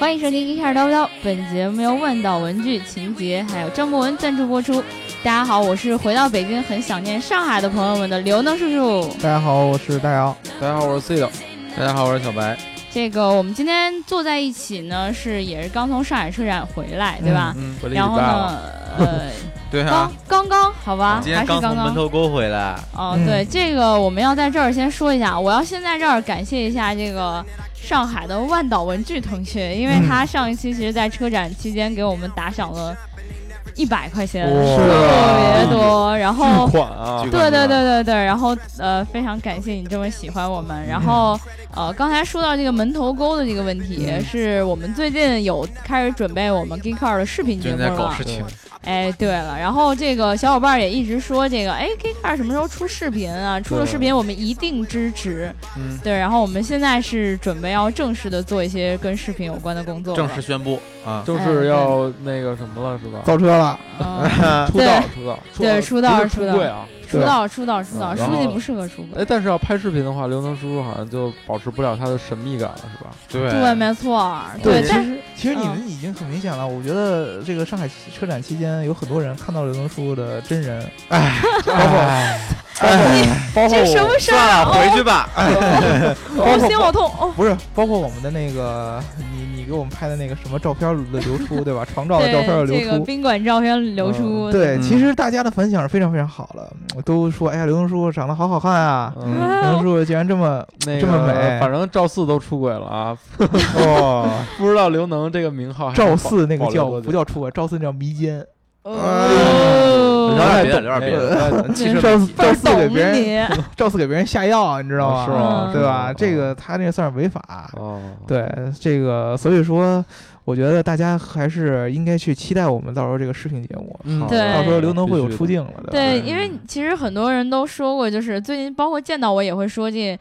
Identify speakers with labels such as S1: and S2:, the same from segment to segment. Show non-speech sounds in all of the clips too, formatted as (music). S1: 欢迎收听一开始叨不叨，本节目由问岛文具、情节还有张博文赞助播出。大家好，我是回到北京很想念上海的朋友们的刘能叔叔。
S2: 大家好，我是大姚。
S3: 大家好，我是 C 的。大家好，我是小白。
S1: 这个我们今天坐在一起呢，是也是刚从上海车展回来，对吧？
S3: 嗯，回了一
S1: 然
S3: 礼
S1: 后
S3: 拜了。
S1: 呢，呃，
S3: 对
S1: 刚
S3: 啊，
S1: 刚刚好吧，
S4: 嗯今
S1: 还
S4: 天
S1: 是刚
S4: 从
S1: 刚。
S4: 门头沟回来，
S1: 哦，
S2: 嗯
S1: 对，这个我们要在这儿先说一下，我要先在这儿感谢一下这个上海的万岛文具同学，因为
S2: 嗯
S1: 他上一期其实，在车展期间给我们打赏了一百块钱，
S3: 哇
S1: 特
S2: 嗯
S1: 别多。然后，
S3: 款啊
S1: (laughs)
S4: 巨
S1: 对
S4: 款
S1: 对对对对，然后呃，非常感谢你这么喜欢我们。然后
S2: 嗯
S1: 呃，刚才说到这个门头沟的这个问题，是我们最近有开始准备我们 Geek Car 的视频节
S3: 就
S1: 目
S3: 在
S1: 了。
S3: 搞事情，
S1: 哎，对了，然后这个小伙伴儿也一直说这个，哎，K Car 什么时候出视频啊？出了视频我们一定支持。
S3: 嗯，
S1: 对，然后我们现在是准备要正式的做一些跟视频有关的工作了。
S4: 正式宣布啊，
S5: 就是要那个什么了，是吧？
S2: 造车了，
S1: 嗯。
S5: 出道，出道，
S1: 对出道
S5: 不是
S1: 出道
S5: (laughs) 出柜啊！
S1: 出道，出道，出道，
S5: 嗯
S1: 书
S5: 然
S1: 记
S5: 后
S1: 不适合出轨
S5: 哎，。但是要拍视频的话，刘能叔叔好像就保持不了他的神秘感了，是吧？
S3: 对
S1: 对，没错儿，对，
S2: 对，其
S1: 但
S2: 实其实你们已经很明显了。我觉得这个上海车展期间，有很多人看到刘能叔的真人，
S5: 包括
S1: 这什
S5: 我，
S1: 么事儿
S4: 算
S1: 啊？
S4: 了，回去吧。
S1: (laughs) 我心好痛哦。
S2: 不是包括我们的那个你你给我们拍的那个什么照片的流出，
S1: (laughs)
S2: 对吧？床照的照片的
S1: 对，
S2: 流
S1: 这个
S2: 出。
S1: 宾馆照片流出，
S2: 对，
S3: 嗯
S2: 其实大家的反响是非常非常好了，都说哎呀，刘能叔长得好好看啊，
S5: 嗯，
S2: 刘
S1: 哦
S2: 能叔竟然这么
S5: 那个
S2: 这么美
S5: 反正赵四都出轨了啊，
S2: 哦，
S5: 不知道刘能这个名号还能
S2: 赵
S5: 保。
S2: 四那个
S5: 保留
S2: 叫
S5: 多久
S2: 不叫出轨，赵四那叫迷奸，
S1: 哦，嗯
S4: 聊点别的，
S5: 懂
S4: 聊点别的。
S2: (laughs)
S5: 的，嗯其实
S2: 赵四
S1: 倍
S2: 赵
S1: 儿
S2: 四给
S1: 懂
S2: 别人
S1: 你。
S2: 赵四给别人下药啊，你知道吗？
S5: 是吗？
S2: 对吧？
S5: 嗯
S2: 这个他这个算是违法。
S5: 哦，
S2: 对，这个所以说，我觉得大家还是应该去期待我们到时候这个视频节目，
S5: 嗯，
S1: 对
S2: 到时候刘能会有
S5: 必须的
S2: 出镜了，对吧？
S1: 对，
S5: 嗯
S1: 因为其实很多人都说过，就是最近包括见到我也会说这。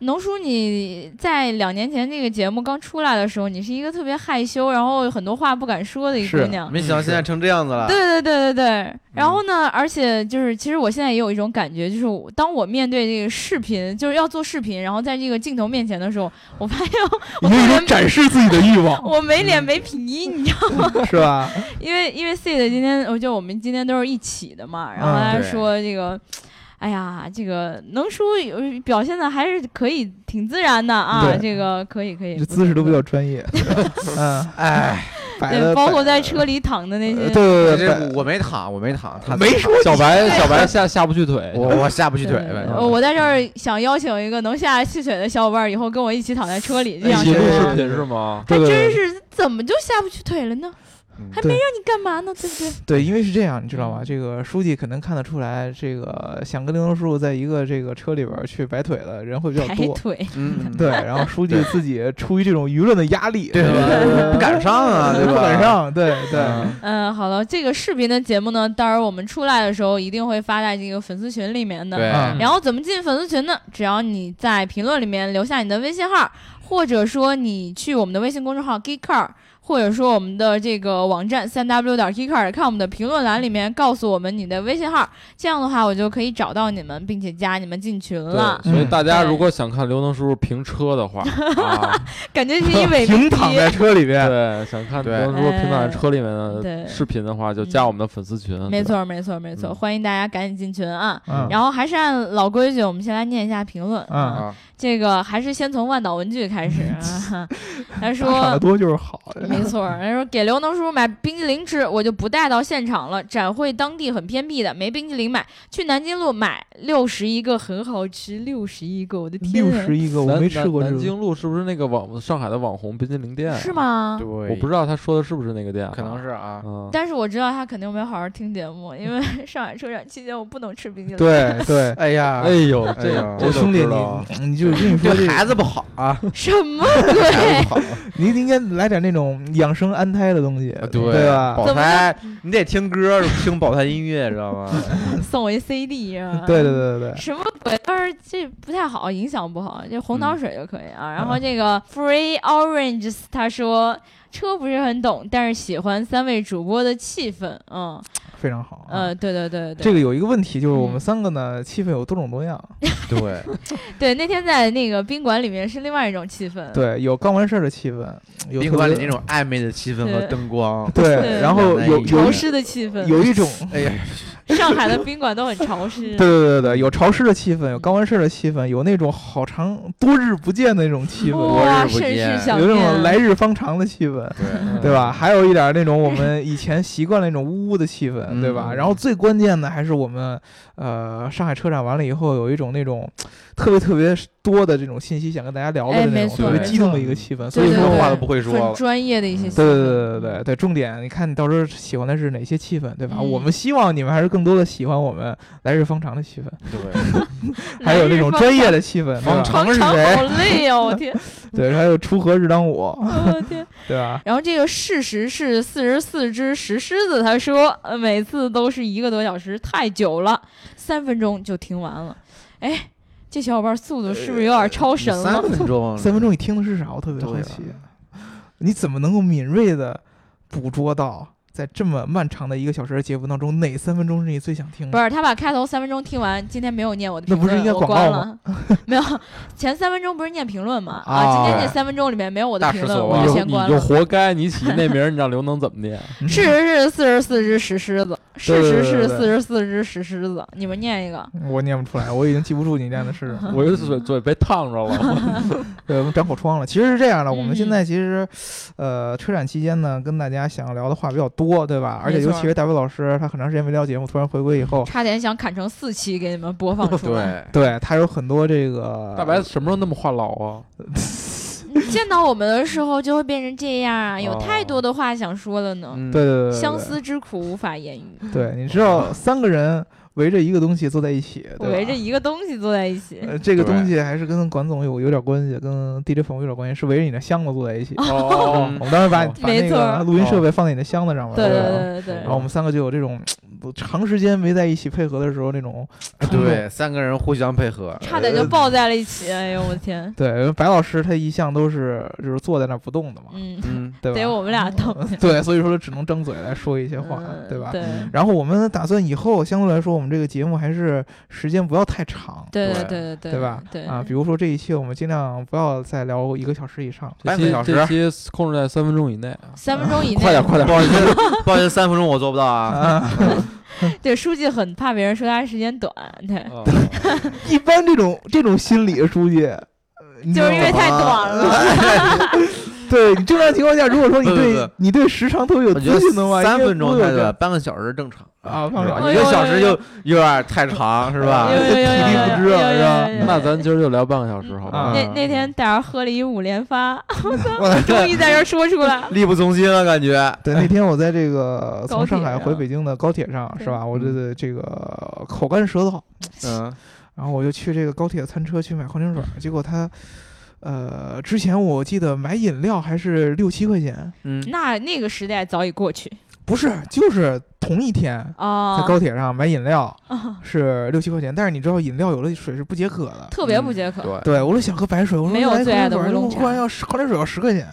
S1: 农叔，你在两年前那个节目刚出来的时候，你是一个特别害羞，然后有很多话不敢说的一个
S2: 是
S1: 姑娘。
S4: 没想到现在成这样子了。
S1: 对对对对对。然后呢，而且就是，其实我现在也有一种感觉，就是我当我面对这个视频，就是要做视频，然后在这个镜头面前的时候，我发现我
S2: 有一
S1: 没
S2: 种展示自己的欲望，
S1: 我没脸没皮，你知道吗？
S2: 是吧？
S1: 因为因为 C 的今天，我觉得我们今天都是一起的嘛，然后
S2: 嗯
S1: 他
S4: 对
S1: 说这个，哎呀，这个能叔有表现的还是可以，挺自然的啊，
S2: 对
S1: 这个可以可以，
S2: 这姿势都比较专业，嗯，
S1: (laughs)
S2: 哎，摆
S1: 对，
S2: 的
S1: 包括在车里躺的那
S2: 呃对
S1: 些，
S2: 对对
S4: 这
S2: 对，
S4: 我没躺，我没躺，他
S2: 摆没说
S5: 小白小白下下不去腿，
S2: 哦
S4: 我我下不去
S1: 对
S4: 腿
S1: 对
S4: 反
S1: 对
S4: 正
S1: 呃我在这儿想邀请一个能下细腿的小伙伴，以后跟我一起躺在车里
S2: 哎
S1: 这
S5: 一
S1: 样
S5: 起
S1: 行
S5: 录
S1: 吗
S5: 视？频是吗？
S1: 还
S2: 对对
S1: 真
S2: 对
S1: 是怎么就下不去腿了呢？
S4: 嗯
S1: 还没
S2: 对
S1: 让你干嘛呢？对不对？
S2: 对，因为是这样，你知道吗？这个书记可能看得出来，这个想跟刘能叔在一个这个车里边去摆腿的人会比较
S1: 抬
S2: 多，
S1: 腿，
S4: 嗯，
S2: 对，然后书记自己出于这种舆论的压力，
S4: 对吧？不敢上啊，对吧？
S2: 不敢，上，对对，
S5: 嗯
S1: 嗯，好了，这个视频的节目呢，到时候我们出来的时候一定会发在这个粉丝群里面的。
S4: 对，
S2: 嗯
S1: 然后怎么进粉丝群呢？只要你在评论里面留下你的微信号，或者说你去我们的微信公众号 Geekcar，或者说我们的这个网站三 w 点 geekcar，看我们的评论栏里面告诉我们你的微信号，这样的话我就可以找到你们，并且加你们进群了。
S5: 对，所以大家
S1: 嗯
S5: 如果想看刘能叔叔评车
S2: (laughs)
S5: 的话，啊，
S1: 感觉是一伪命
S2: 平
S1: 题。
S2: 躺在车里边，
S5: 对，想看
S4: 对
S5: 刘能叔叔平躺在车里面
S1: 哎对
S5: 的视频的话，就加我们的粉丝群。
S1: 没
S5: 对吧，
S1: 错，没错，没错，
S5: 嗯
S1: 欢迎大家赶紧进群啊！
S2: 嗯
S1: 然后还是按老规矩，我们先来念一下评论。
S2: 嗯
S1: 啊
S4: 啊，
S1: 这个还是先从万岛文具开始。
S2: (laughs)
S1: 啊他说
S2: 打赏的多就是好，
S1: (laughs) 没错儿，人家说给刘能叔叔买冰激凌吃，我就不带到现场了。展会当地很偏僻的，没冰激凌买，去南京路买六十一个，很好吃，六十一个，我的天
S2: 六
S1: 啊，
S2: 十一个我
S5: 南
S2: 没吃过这
S5: 南南
S2: 种，
S5: 京路是不是那个网上海的网红冰激凌店？啊
S1: 是？吗？
S4: 对，
S5: 我不知道他说的是不是那个店，
S4: 可能。是啊，
S5: 嗯，
S1: 但是我知道他肯定没好好听节目，因为 (laughs) 上海车展期间我不能吃冰激凌。
S2: 对对，
S4: 哎呀
S5: 哎呦，
S4: 哎
S5: 这
S4: 呀
S5: 个
S4: 这
S2: 我
S4: 都
S2: 兄弟
S4: 知道啊
S2: 你你就跟你说这
S4: 对 (laughs)
S2: 个，
S4: 孩子不好啊，
S1: 什么
S2: (laughs)
S1: 鬼？
S2: 你应该来点那种养生安胎的东西，
S4: 啊
S2: 对啊吧？
S4: 保胎，你得听歌，听保胎音乐，知道吗？ (laughs)
S1: 送我一啊 CD 是吧？
S2: 对对对对对，
S1: 什么鬼？但是这不太好，
S2: 嗯
S1: 影响不好。这红糖水就可以啊。然后这个 Free Orange 他说。车不是很懂，但是喜欢三位主播的气氛，嗯，
S2: 非常好啊。
S1: 呃，对对对对
S2: 这个有一个问题，就是我
S1: 嗯
S2: 们三个呢，气氛有多种多样。
S1: (laughs)
S4: 对，
S1: 对，那天在那个宾馆里面是另外一种气氛，
S2: 对，有刚完事儿的气氛，有
S4: 宾馆里
S2: 特别
S4: 那种暧昧的气氛和
S1: 对
S4: 灯光，
S1: 对
S2: 对，然后有
S4: 两
S1: 潮
S2: 有
S4: 难以
S1: 湿的气氛，
S2: 有一种，
S4: 哎呀，
S1: 上海的宾馆都很潮湿，
S2: 对对对对，有潮湿的气氛，有刚完事儿的气氛，有那种好长多日不见的那种气氛，
S1: 哇，
S4: 日不
S1: 甚
S4: 见
S1: 是想
S2: 有那种
S1: 念，
S2: 来日方长的气氛。
S4: 对，
S2: (laughs) 对吧？还有一点儿那种我们以前习惯那种呜呜的气氛，对吧？
S4: 嗯
S2: 然后最关键的还是我们，呃，上海车展完了以后，有一种那种特别特别多的这种信息想跟大家聊的
S1: 哎
S2: 那
S1: 没
S2: 种
S1: 错
S2: 特别
S4: 没
S2: 激动的
S1: 错
S2: 一个气氛。所
S1: 对
S2: 以
S1: 对
S2: 说
S1: 对
S2: 话
S4: 话
S2: 都
S4: 都
S2: 不。
S4: 不会说
S1: 很
S4: 了。
S1: 专业的一些气
S4: 嗯
S1: 氛，
S2: 对对对对对对，重点你看你到时候喜欢的是哪些气氛，对吧？
S1: 嗯
S2: 我们希望你们还是更多的喜欢我们来日方长的气氛，
S4: 对，
S2: 还有那种专业
S1: 的。
S2: 的 (laughs) 气氛，对
S4: 方
S2: 吧？
S4: 程
S1: 常
S4: 是
S1: 常
S4: 谁？
S1: 好累哦，我天，
S2: 对，还有锄禾日当午，
S1: 我天。
S2: (laughs) 对吧？
S1: 然后这个事实是四十四只石狮子，他说呃每次都是一个多小时，太久了，三分钟就听完了。哎，这小伙伴速度是不是有点超神
S4: 三
S1: 了？
S4: 分钟，
S2: 呃三分钟你听的是啥？我特别好
S4: 对
S2: 奇， (laughs) 你怎么能够敏锐的捕捉到在这么漫长的一个小时的节目当中，哪三分钟是你最想
S1: (laughs)
S2: 听
S1: 不
S2: 的？
S1: 是，他把开头三分钟听完，今天没有念我的评
S2: 那不是
S1: 论，
S2: 应该
S1: 我
S2: 广
S1: 关
S2: 告
S1: 了。 (laughs) 没有，前三分钟不是念评论吗？
S2: 啊
S1: 啊，今天这
S4: 对
S1: 三分钟里面没有我的
S4: 大
S1: 评
S4: 失
S1: 论，
S4: 所
S1: 我
S4: 望
S1: 就
S5: 你
S1: 先
S5: 你
S1: 关
S5: 就
S1: 了。
S5: 活该，你起那名儿，你让刘能怎
S1: (laughs)
S5: 么念？
S1: 事实是四十四只石狮子，事实是
S2: 对对对
S1: 四
S2: 对
S1: 十四只石狮子，你们念一个。
S2: 我念不出来，我已经记不住你念的是什么。
S5: 我就嘴嘴被烫着了。
S2: 对，我们长口疮了。其实是这样的，我
S1: 嗯
S2: 们现在其实，呃，车展期间呢，跟大家想聊的话比较多，对吧？而且
S1: 没错
S2: 尤其是大卫老师，他很长时间没聊节目，突然回归以后，
S1: 差点想砍成四期给你们播放出来。
S4: 对，
S2: 对他有很多这个 (laughs)
S5: 大白什么时候那么话痨啊？
S1: 你 (laughs) 见到我们的时候就会变成这样啊，有
S5: 哦
S1: 太多的话想说了呢，
S2: (laughs)
S5: 嗯
S2: 对对对对对
S1: 相思之苦无法言语，
S2: (laughs) 对，你知道三个人围着一个东西坐在
S1: (laughs)
S2: 一起，对吧
S1: 围着一个东西坐在一起。
S2: 呃，这个东
S4: 对
S2: 西还是跟管总有有点关系，跟 DJ 冯有点关系，是围着你的箱子坐在一起。(laughs)
S5: 哦
S2: 我们当时把
S5: 哦
S2: 把
S1: 没
S2: 那
S1: 错儿
S2: 个录音设备放在你的箱子上
S1: (laughs)
S2: 面，
S1: 对
S2: 对
S1: 对
S2: 吧
S1: 对对对
S2: 然后我们三个就有这种呃长时间没在一起配合的时候那种冲动。
S4: 啊
S1: (laughs)
S4: 对，三个人互相配合，
S1: 差点就抱在了一起。哎呦我
S2: (laughs)
S1: 天，
S2: 对，白老师他一向都是就是坐在那儿不动的嘛，
S1: 嗯，
S4: 嗯，
S2: 对
S1: 得
S2: 吧？
S1: 我们俩等。
S2: (laughs) 对，所以说只能张嘴来说一些话，
S1: 嗯
S2: 对吧？
S1: 对
S4: 嗯
S2: 然后我们打算以后相对来说，我们这个节目还是时间不要太长，
S1: 对对
S4: 对
S1: 对对
S2: 对吧？
S1: 对
S2: 啊，比如说这一期我们尽量不要再聊一个小时以上。
S5: 这
S4: 半个
S5: 期
S4: 小时
S5: 这期控制在三分钟以内。
S1: 三分钟以内，
S5: 快点快点
S4: 不好意思，
S2: (laughs)
S4: 不好意思，三分钟我做不到啊。
S1: 对，书记很怕别人说他时间短，对，
S5: 啊
S2: 一般这种这种心理，书记，呃你知
S1: 就
S2: 道
S1: 是因为
S2: 吗
S1: 太短
S2: (laughs)
S1: 了。
S2: 对你正常情况下，如果说你
S4: 不不
S2: 对
S4: 不
S2: 你对时长特别有
S4: 我
S2: 自 (laughs)
S4: 觉得
S2: 信的话，
S4: 三
S2: 啊应该
S4: 分钟
S2: 不会有
S4: 太
S2: 这
S4: 短，
S2: 样
S4: 半个小时正常
S2: 啊半
S4: 是
S2: 个
S4: 吧
S2: 小
S4: 一
S1: 时
S4: 个小时又
S1: 哎
S4: 有点太长，是吧？
S1: 有有有有有有
S2: 啊体力不支
S1: 有有
S2: 啊是吧
S1: 有有
S5: 那咱今儿就聊半个小时，好吧？
S2: 啊
S1: 那那天大家喝了一五连发，我操， (laughs) 终于在这儿说出来了。
S4: 力不从心了，感觉。
S2: 对，那天我在这个
S1: 高
S2: 从
S1: 铁啊嗯
S2: 上海回
S1: 上
S2: 北京的高铁上，是吧？我这个这个口干舌燥，
S4: 嗯，
S2: 然后我就去这个高铁餐车去买矿泉水儿，结果他，呃，之前我记得买饮料还是六七块钱，
S4: 嗯，
S1: (laughs) 那那个时代早已过去
S2: 不是，就是同一天
S1: 啊
S2: 在，高铁上买饮料
S1: 啊
S2: 是六七块钱，但是你知道饮料有的水是不解渴的，
S1: 特别不解渴。
S4: 对，
S2: 对我说想喝白水，我说
S1: 没有
S2: 来一
S1: 最爱的
S2: 矿泉水
S1: 乌
S2: 儿
S1: 龙
S2: 我忽然
S1: 茶
S2: 要十矿泉水要十块钱，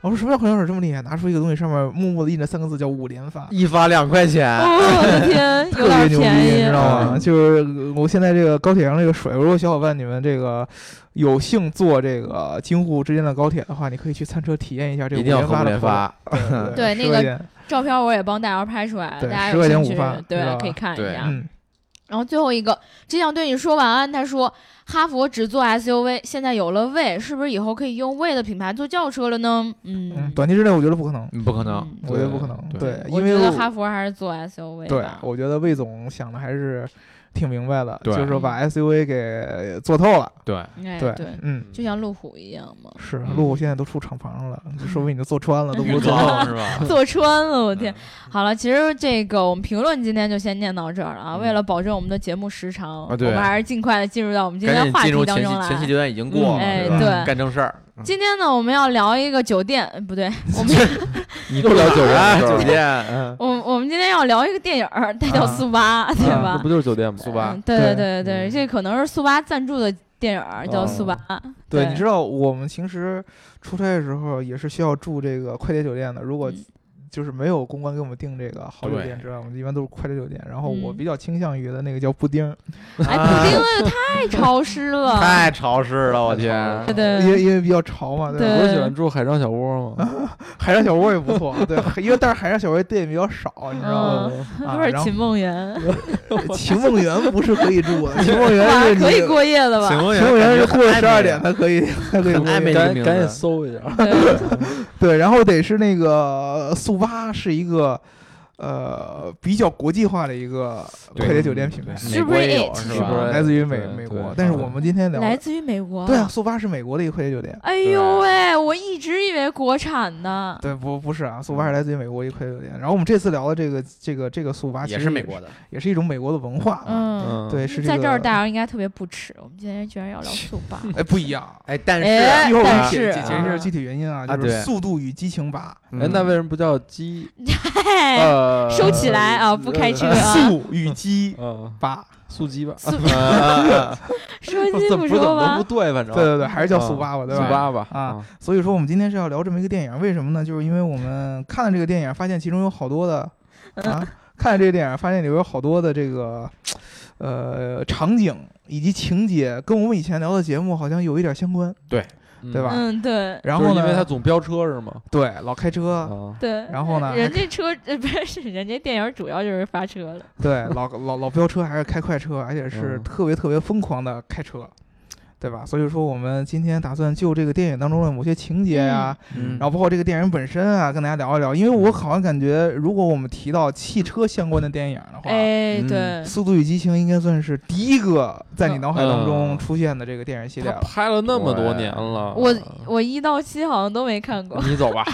S2: 我说什么叫矿泉水这么厉害？拿出一个东西，上面默默的印着三个字叫五连发。
S4: 一发两块钱，
S1: 哦， (laughs) 我的天，有
S2: 嗯特别
S1: 点
S2: 牛逼，你知
S1: 便宜。
S2: 道吗？
S4: 嗯
S2: 就是呃我现在这个高铁上这个水，如果小伙伴你们这个有幸坐这个京沪之间的高铁的话，你可以去餐车体验一下这个
S4: 一定要
S2: 五
S4: 喝
S2: 连
S4: 连
S2: 发
S4: 发。
S2: 的口感。
S1: 对那
S2: 对，10
S1: 个
S2: 块钱
S1: 照片我也帮大姚拍出来了，
S2: 对
S1: 大家
S2: 10
S1: 有
S2: 块
S1: 兴
S2: 钱
S1: 趣
S2: 午饭
S1: 对
S2: 知道吧
S1: 可以看一
S4: 对
S1: 下。
S2: 嗯，
S1: 然后最后一个，只想对你说晚安。他说，哈佛只做 SUV，现在有了蔚，是不是以后可以用蔚的品牌做轿车了呢？嗯
S2: 嗯，，短期之内我觉得不可能，
S4: 不可能，
S1: 嗯
S2: 我觉得不可能。
S4: 对
S2: 对，
S1: 我
S2: 因
S1: 觉
S2: 为
S1: 得
S2: 我
S1: 哈佛还是做 SUV
S2: 对
S1: 吧，。
S2: 我觉得魏总想的还是挺明白的，
S4: 对
S2: 就是说把 SUV 给做透了。
S4: 对，
S1: 哎
S2: 对
S1: 对，，
S2: 嗯。
S1: 就像路虎一样嘛，
S2: 是，
S4: 嗯
S2: 路虎现在都出厂房了，说不定你都坐穿了，都不
S4: 不
S2: 是
S4: (laughs) 可
S2: 做
S4: 能是吧？
S1: 坐穿了，我天！好了，其实这个我们评论今天就先念到这儿了啊。
S4: 嗯
S1: 为了保证我们的节目时长，我
S4: 啊对
S1: 们还是尽快的进入到我们 (laughs) 今天的
S4: 赶紧
S1: 话
S4: 进
S1: 题
S4: 入
S1: 当
S4: 前
S1: 中
S4: 期，前期
S1: 来。
S4: 阶段已经过了，
S1: 哎
S4: 是吧
S1: 对
S4: 干正事儿。
S1: 今天呢，我们要聊一个酒店，呃不对，我们
S5: 你又聊酒
S4: 啊
S5: 店，
S4: 酒店，嗯，
S1: 我我们今天要聊一个电影儿，它叫
S2: 啊
S1: 《速八》，对
S5: 那
S1: 吧
S5: 不？就是酒店吗？
S4: 速八
S1: 嗯对对
S2: 对
S1: 对对，
S5: 嗯
S1: 这可能是速八赞助的电影儿叫《速八》。
S2: 对，你知道我们平时出差的时候也是需要住这个快捷酒店的。如果
S1: 嗯
S2: 就是没有公关给我们订这个好酒店之外，我们一般都是快捷酒店。然后我
S1: 嗯
S2: 比较倾向于的那个叫布丁，
S1: 哎，布
S4: (laughs)
S1: 丁那个太潮湿了，
S4: 啊太潮湿了，我
S5: 太潮
S4: 天
S5: 湿！
S1: 对 (laughs) 对
S2: 因为因为比较潮嘛，对吧？
S1: 对
S5: 我喜欢住海上小窝嘛，
S2: 海上小窝也不错，对，因为但是海上小窝店比较少，你知道吗？
S1: 嗯，(laughs)
S2: 啊
S1: 都是
S2: 然后
S1: 秦梦园，
S2: (laughs) 秦梦园不是可以住 (laughs) 的，秦梦园
S1: 哇
S2: 是，你
S1: 可以过夜的吧？
S4: 梦
S2: 秦梦园是过
S4: 啊
S2: 了十二点才可以，才可以过夜
S4: 太美了
S5: 赶
S4: 这个名字
S5: 赶紧搜一下。
S1: 对
S2: 对，然后得是那个呃速八是一个呃比较国际化的一个
S4: 对
S2: 快捷酒店品牌，
S1: 是不是
S4: 美国也有
S1: it
S4: 是
S1: 是
S4: 吧
S5: 吧？
S2: 来自于美
S5: 对
S2: 美
S5: 对
S2: 国
S5: 对。
S2: 但是我们今天聊
S1: 来
S2: 的，
S1: 自于美国。
S2: 对啊，，速八是美国的一个快捷酒店。
S1: 哎呦喂，我一直以为国产呢。
S2: 对，不不是啊，速八是来自于美国一个快捷酒店。然后我们这次聊的这个这个这个速八，
S4: 也是美国，的，
S2: 也是一种美国的文化。
S1: 嗯，
S5: 嗯，
S2: 对，啊是
S1: 在
S2: 个
S1: 这儿大家应该特别不耻，我们今天居然要聊速八。
S2: 哎不一样。
S4: 哎，但
S1: 哎
S5: (laughs)
S2: 一会儿我
S1: 但
S2: 们解
S1: 是
S2: 解解
S1: 啊
S2: 释具体原因啊，
S4: 啊
S2: 就是《
S4: 对
S2: 速度与激情八
S5: 哎，那为什么不叫鸡？
S1: 嘿，哎 (laughs)
S5: 呃，
S1: 收
S4: (laughs)
S1: 起来啊，不开车》，啊。
S2: 速与激
S5: 嗯， (laughs)
S2: 八，
S5: 素鸡吧，
S1: 速
S4: 呃么？
S1: (laughs) 说鸡不
S5: 怎么不怎
S1: 说
S5: 么
S1: 吧
S5: 不，对，反正
S2: 对对对，还是叫
S5: 啊
S2: 速八吧，对
S5: 速
S2: 吧？
S5: 八吧
S2: 啊，所以说我们今天是要聊这么一个电影，为什么呢？就是因为我们看了这个电影，发现其中有好多的
S1: 嗯
S2: 啊，看了这个电影，发现里边有好多的这个呃场景以及情节，跟我们以前聊的节目好像有一点相关，对吧
S1: 嗯，对
S2: 然
S5: 就
S2: 后
S5: 是因为他
S2: 呢，
S5: 总飙车是吗？
S2: 对老开车，
S5: 啊，
S1: 对。
S2: 然后呢，
S1: 人家车呃不是人家电影主要就是发车了，
S5: (laughs)
S2: 对老老老飙车还是开快车，而且是
S5: 嗯
S2: 特别特别疯狂的开车。对吧？所以说，我们今天打算就这个电影当中的某些情节呀、
S5: 嗯
S2: 然后包括这个电影本身啊，跟大家聊一聊，因为我好像感觉，如果我们提到汽车相关的电影的话，
S1: 哎，
S5: 嗯
S1: 对
S2: 《速度与激情》应该算是第一个在你脑海当中
S5: 嗯
S2: 出现的这个电影系列
S5: 他
S2: 了。
S5: 拍了那么多年了，
S1: 我我一到七好像都没看过，
S5: 你 (laughs) 走吧，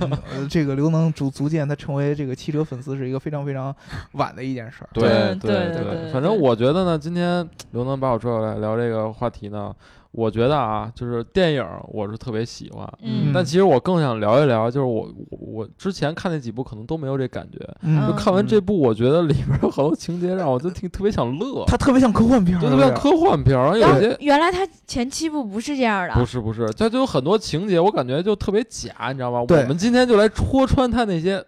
S2: 呃，这个刘能足足见他成为这个汽车粉丝是一个非常非常晚的一件事儿。
S1: 对对
S5: 对
S1: 对对
S5: 反正我觉得呢，今天刘能把我拽过来聊这个话题呢，我觉得啊，就是电影我是特别喜欢，
S1: 嗯，
S5: 但其实我更想聊一聊，就是我我我之前看那几部可能都没有这感觉，
S1: 嗯
S5: 就看完
S2: 嗯
S5: 这部，我觉得里边有好多情节让我就挺特别想乐，
S2: 他特别像科幻片儿，
S5: 就特别像科幻片儿，然后有些。
S1: 原来他前七部不是这样的，
S5: 不是不是，它就有很多情节，我感觉就特别假，你知道吗？
S2: 对
S5: 我们今天就来戳穿他那些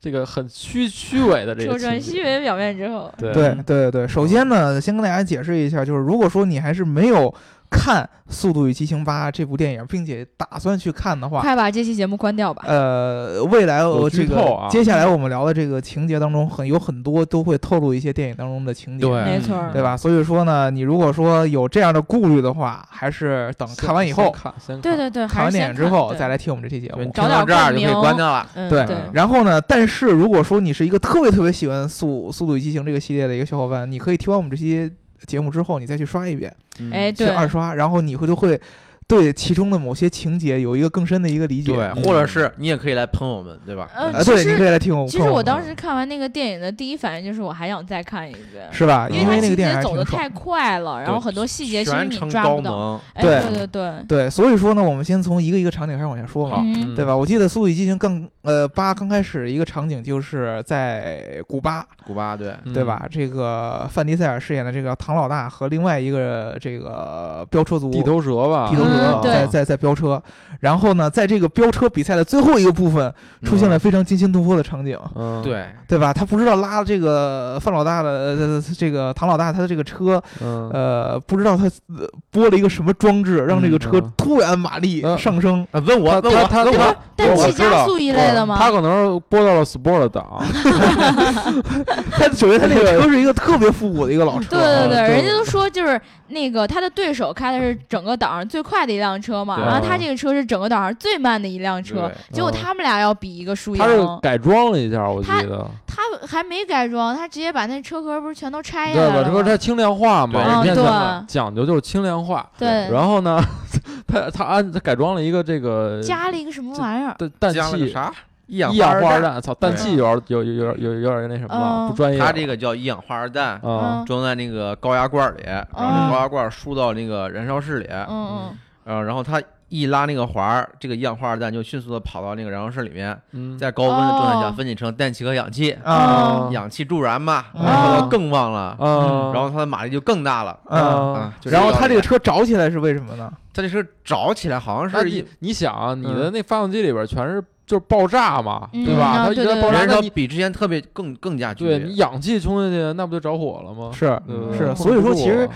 S5: 这个很虚虚伪的这
S1: 说
S5: 个
S1: 穿
S5: 情
S1: 虚
S5: 节。
S1: 伪表面之后，
S5: 对
S2: 对对对对，首先呢，先跟大家解释一下，就是如果说你还是没有看《速度与激情八》这部电影，并且打算去看的话，
S1: 快把这期节目关掉吧。
S2: 呃，未来我
S5: 有
S2: 这
S5: 剧
S2: 个、
S5: 透啊
S2: 接下来我们聊的这个情节当中，很有很多都会透露一些电影当中的情节，
S4: 对
S1: 没错
S2: 对吧？所以说呢，你如果说有这样的顾虑的话，还是等
S5: 先
S2: 看完以
S5: 先
S2: 后，
S5: 看先
S1: 对
S5: 看，
S1: 对对，
S2: 看
S1: 还
S2: 完
S1: 是先
S2: 电影之后
S1: 看
S2: 再来，听我们这期节目。
S1: 找
S4: 听到
S1: 点
S4: 这儿
S1: 共
S4: 就
S1: 鸣
S4: 可以关掉了。
S1: 对嗯
S2: 对
S1: 对，
S2: 然后呢？但是如果说你是一个特别特别喜欢速《速度与激情》这个系列的一个小伙伴，你可以听完我们这期节目之后，你再去刷一遍，
S5: 嗯
S1: 哎
S2: 去
S1: 对，
S2: 二刷，然后你会就会对其中的某些情节有一个更深的一个理解。嗯
S4: 对，或者是你也可以来喷我们，对吧？
S1: 呃
S2: 呃，
S1: 其
S2: 对，你
S1: 实
S2: 可以来听我们。
S1: 其实我当时看完那个电影的第一反应就是我还想再看一遍，
S2: 是吧？
S1: 因
S2: 因
S1: 为它
S2: 那
S1: 情
S2: 个电影
S1: 节
S2: 还
S1: 走的
S2: 挺爽
S1: 太。快了，然后很多细节其实
S4: 全
S1: 你
S4: 程
S1: 抓不
S4: 高
S1: 到。
S4: 能，
S1: 哎，
S2: 对
S1: 对对对，
S2: 对，所以说呢，我们先从一个一个场景开始往下说嘛，
S1: 嗯，
S2: 对吧？我记得《速度与激情》刚呃八刚开始一个场景就是在古巴，
S4: 古巴对，
S5: 嗯
S2: 对吧？这个范迪塞尔饰演的这个唐老大和另外一个这个飙车族啊
S5: 地头蛇吧，
S2: 地头
S1: 嗯
S2: 蛇
S1: 对
S2: 在在在飙车，然后呢，在这个飙车比赛的最后一个部分出现了非常惊心动魄的场景，
S5: 嗯，
S4: 对，
S2: 对吧？他不知道拉这个范老大的呃这个唐老大他的这个车
S5: 嗯，
S2: 呃，不知道他呃拨了一个什么装置，让这个车
S5: 嗯
S2: 突然马力
S5: 嗯
S2: 上升。
S4: 啊问我
S5: 他
S4: 问我
S5: 他
S4: 问
S5: 他
S4: 我，
S1: 氮
S5: 我
S1: 气
S5: 知道
S1: 加速一类的吗？
S5: 他可能是播到了 sport
S1: (laughs)
S5: (laughs) 档，
S2: 他首先他那个车是一个特别复古的一个老车
S1: 对对
S2: 啊，
S1: 对，
S5: 对
S1: 人家都说就是那个他的对手开的是整个岛上最快的一辆车嘛，
S5: 对
S1: 然后他这个车是整个岛上最慢的一辆车，
S4: 对
S1: 结果他们俩要比一个输赢
S5: 他。是改装了一下，我记
S1: 他
S5: 得，
S1: 他还没改装，他直接把那车壳不是全都拆下
S5: 对
S1: 来
S5: 吧？
S1: 哎了
S5: 这不是
S1: 吗？
S5: 它轻量化嘛，
S4: 对
S5: 人家
S1: 哦对
S5: 讲讲究就是轻量化。
S1: 对，
S5: 然后呢，他他按他改装了一个这个
S1: 加了一个什么玩意儿？
S5: 氮氮
S4: 加了个
S5: 气
S4: 啥？一
S5: 一
S4: 氧
S5: 氧化
S4: 二
S5: 二，氮，操，氮气有点有有有有有点那什么
S1: 嗯
S5: 了，不专业了。
S4: 它这个叫一氧化二氮，
S5: 啊，
S1: 嗯
S4: 装在那个高压罐里，然后
S1: 嗯
S4: 那高压罐输到那个燃烧室里，
S1: 嗯
S4: 呃，然后它一拉那个环儿，这个一氧化二氮就迅速的跑到那个燃烧室里面，
S5: 嗯，
S4: 在高温的状态下
S1: 哦
S4: 分解成氮气和氧气，
S2: 嗯
S1: 啊
S4: 氧气助燃嘛，
S2: 哦
S4: 然后它更旺了，
S5: 啊，
S4: 嗯然后它的马力就更大了。
S2: 嗯，
S5: 啊
S4: 啊，就
S2: 然后
S4: 它
S2: 它这个车着起来是为什么呢？
S4: 它这车着起来好像
S5: 那
S4: 是
S5: 你
S4: 一
S5: 你想啊，你的那发动机里边全是就是爆炸嘛，
S1: 嗯
S5: 对吧？
S1: 啊
S5: 它一
S1: 对
S5: 直在
S1: 对
S5: 爆炸，
S4: 燃
S5: 那
S4: 烧
S5: 你
S4: 比之前特别更更加剧
S5: 对
S4: 烈
S5: 你。氧气冲进去，那不就着火了吗？
S2: 是
S5: 对不对
S2: 是
S5: 控制
S2: 所以说
S5: 不住
S2: 其实
S5: 啊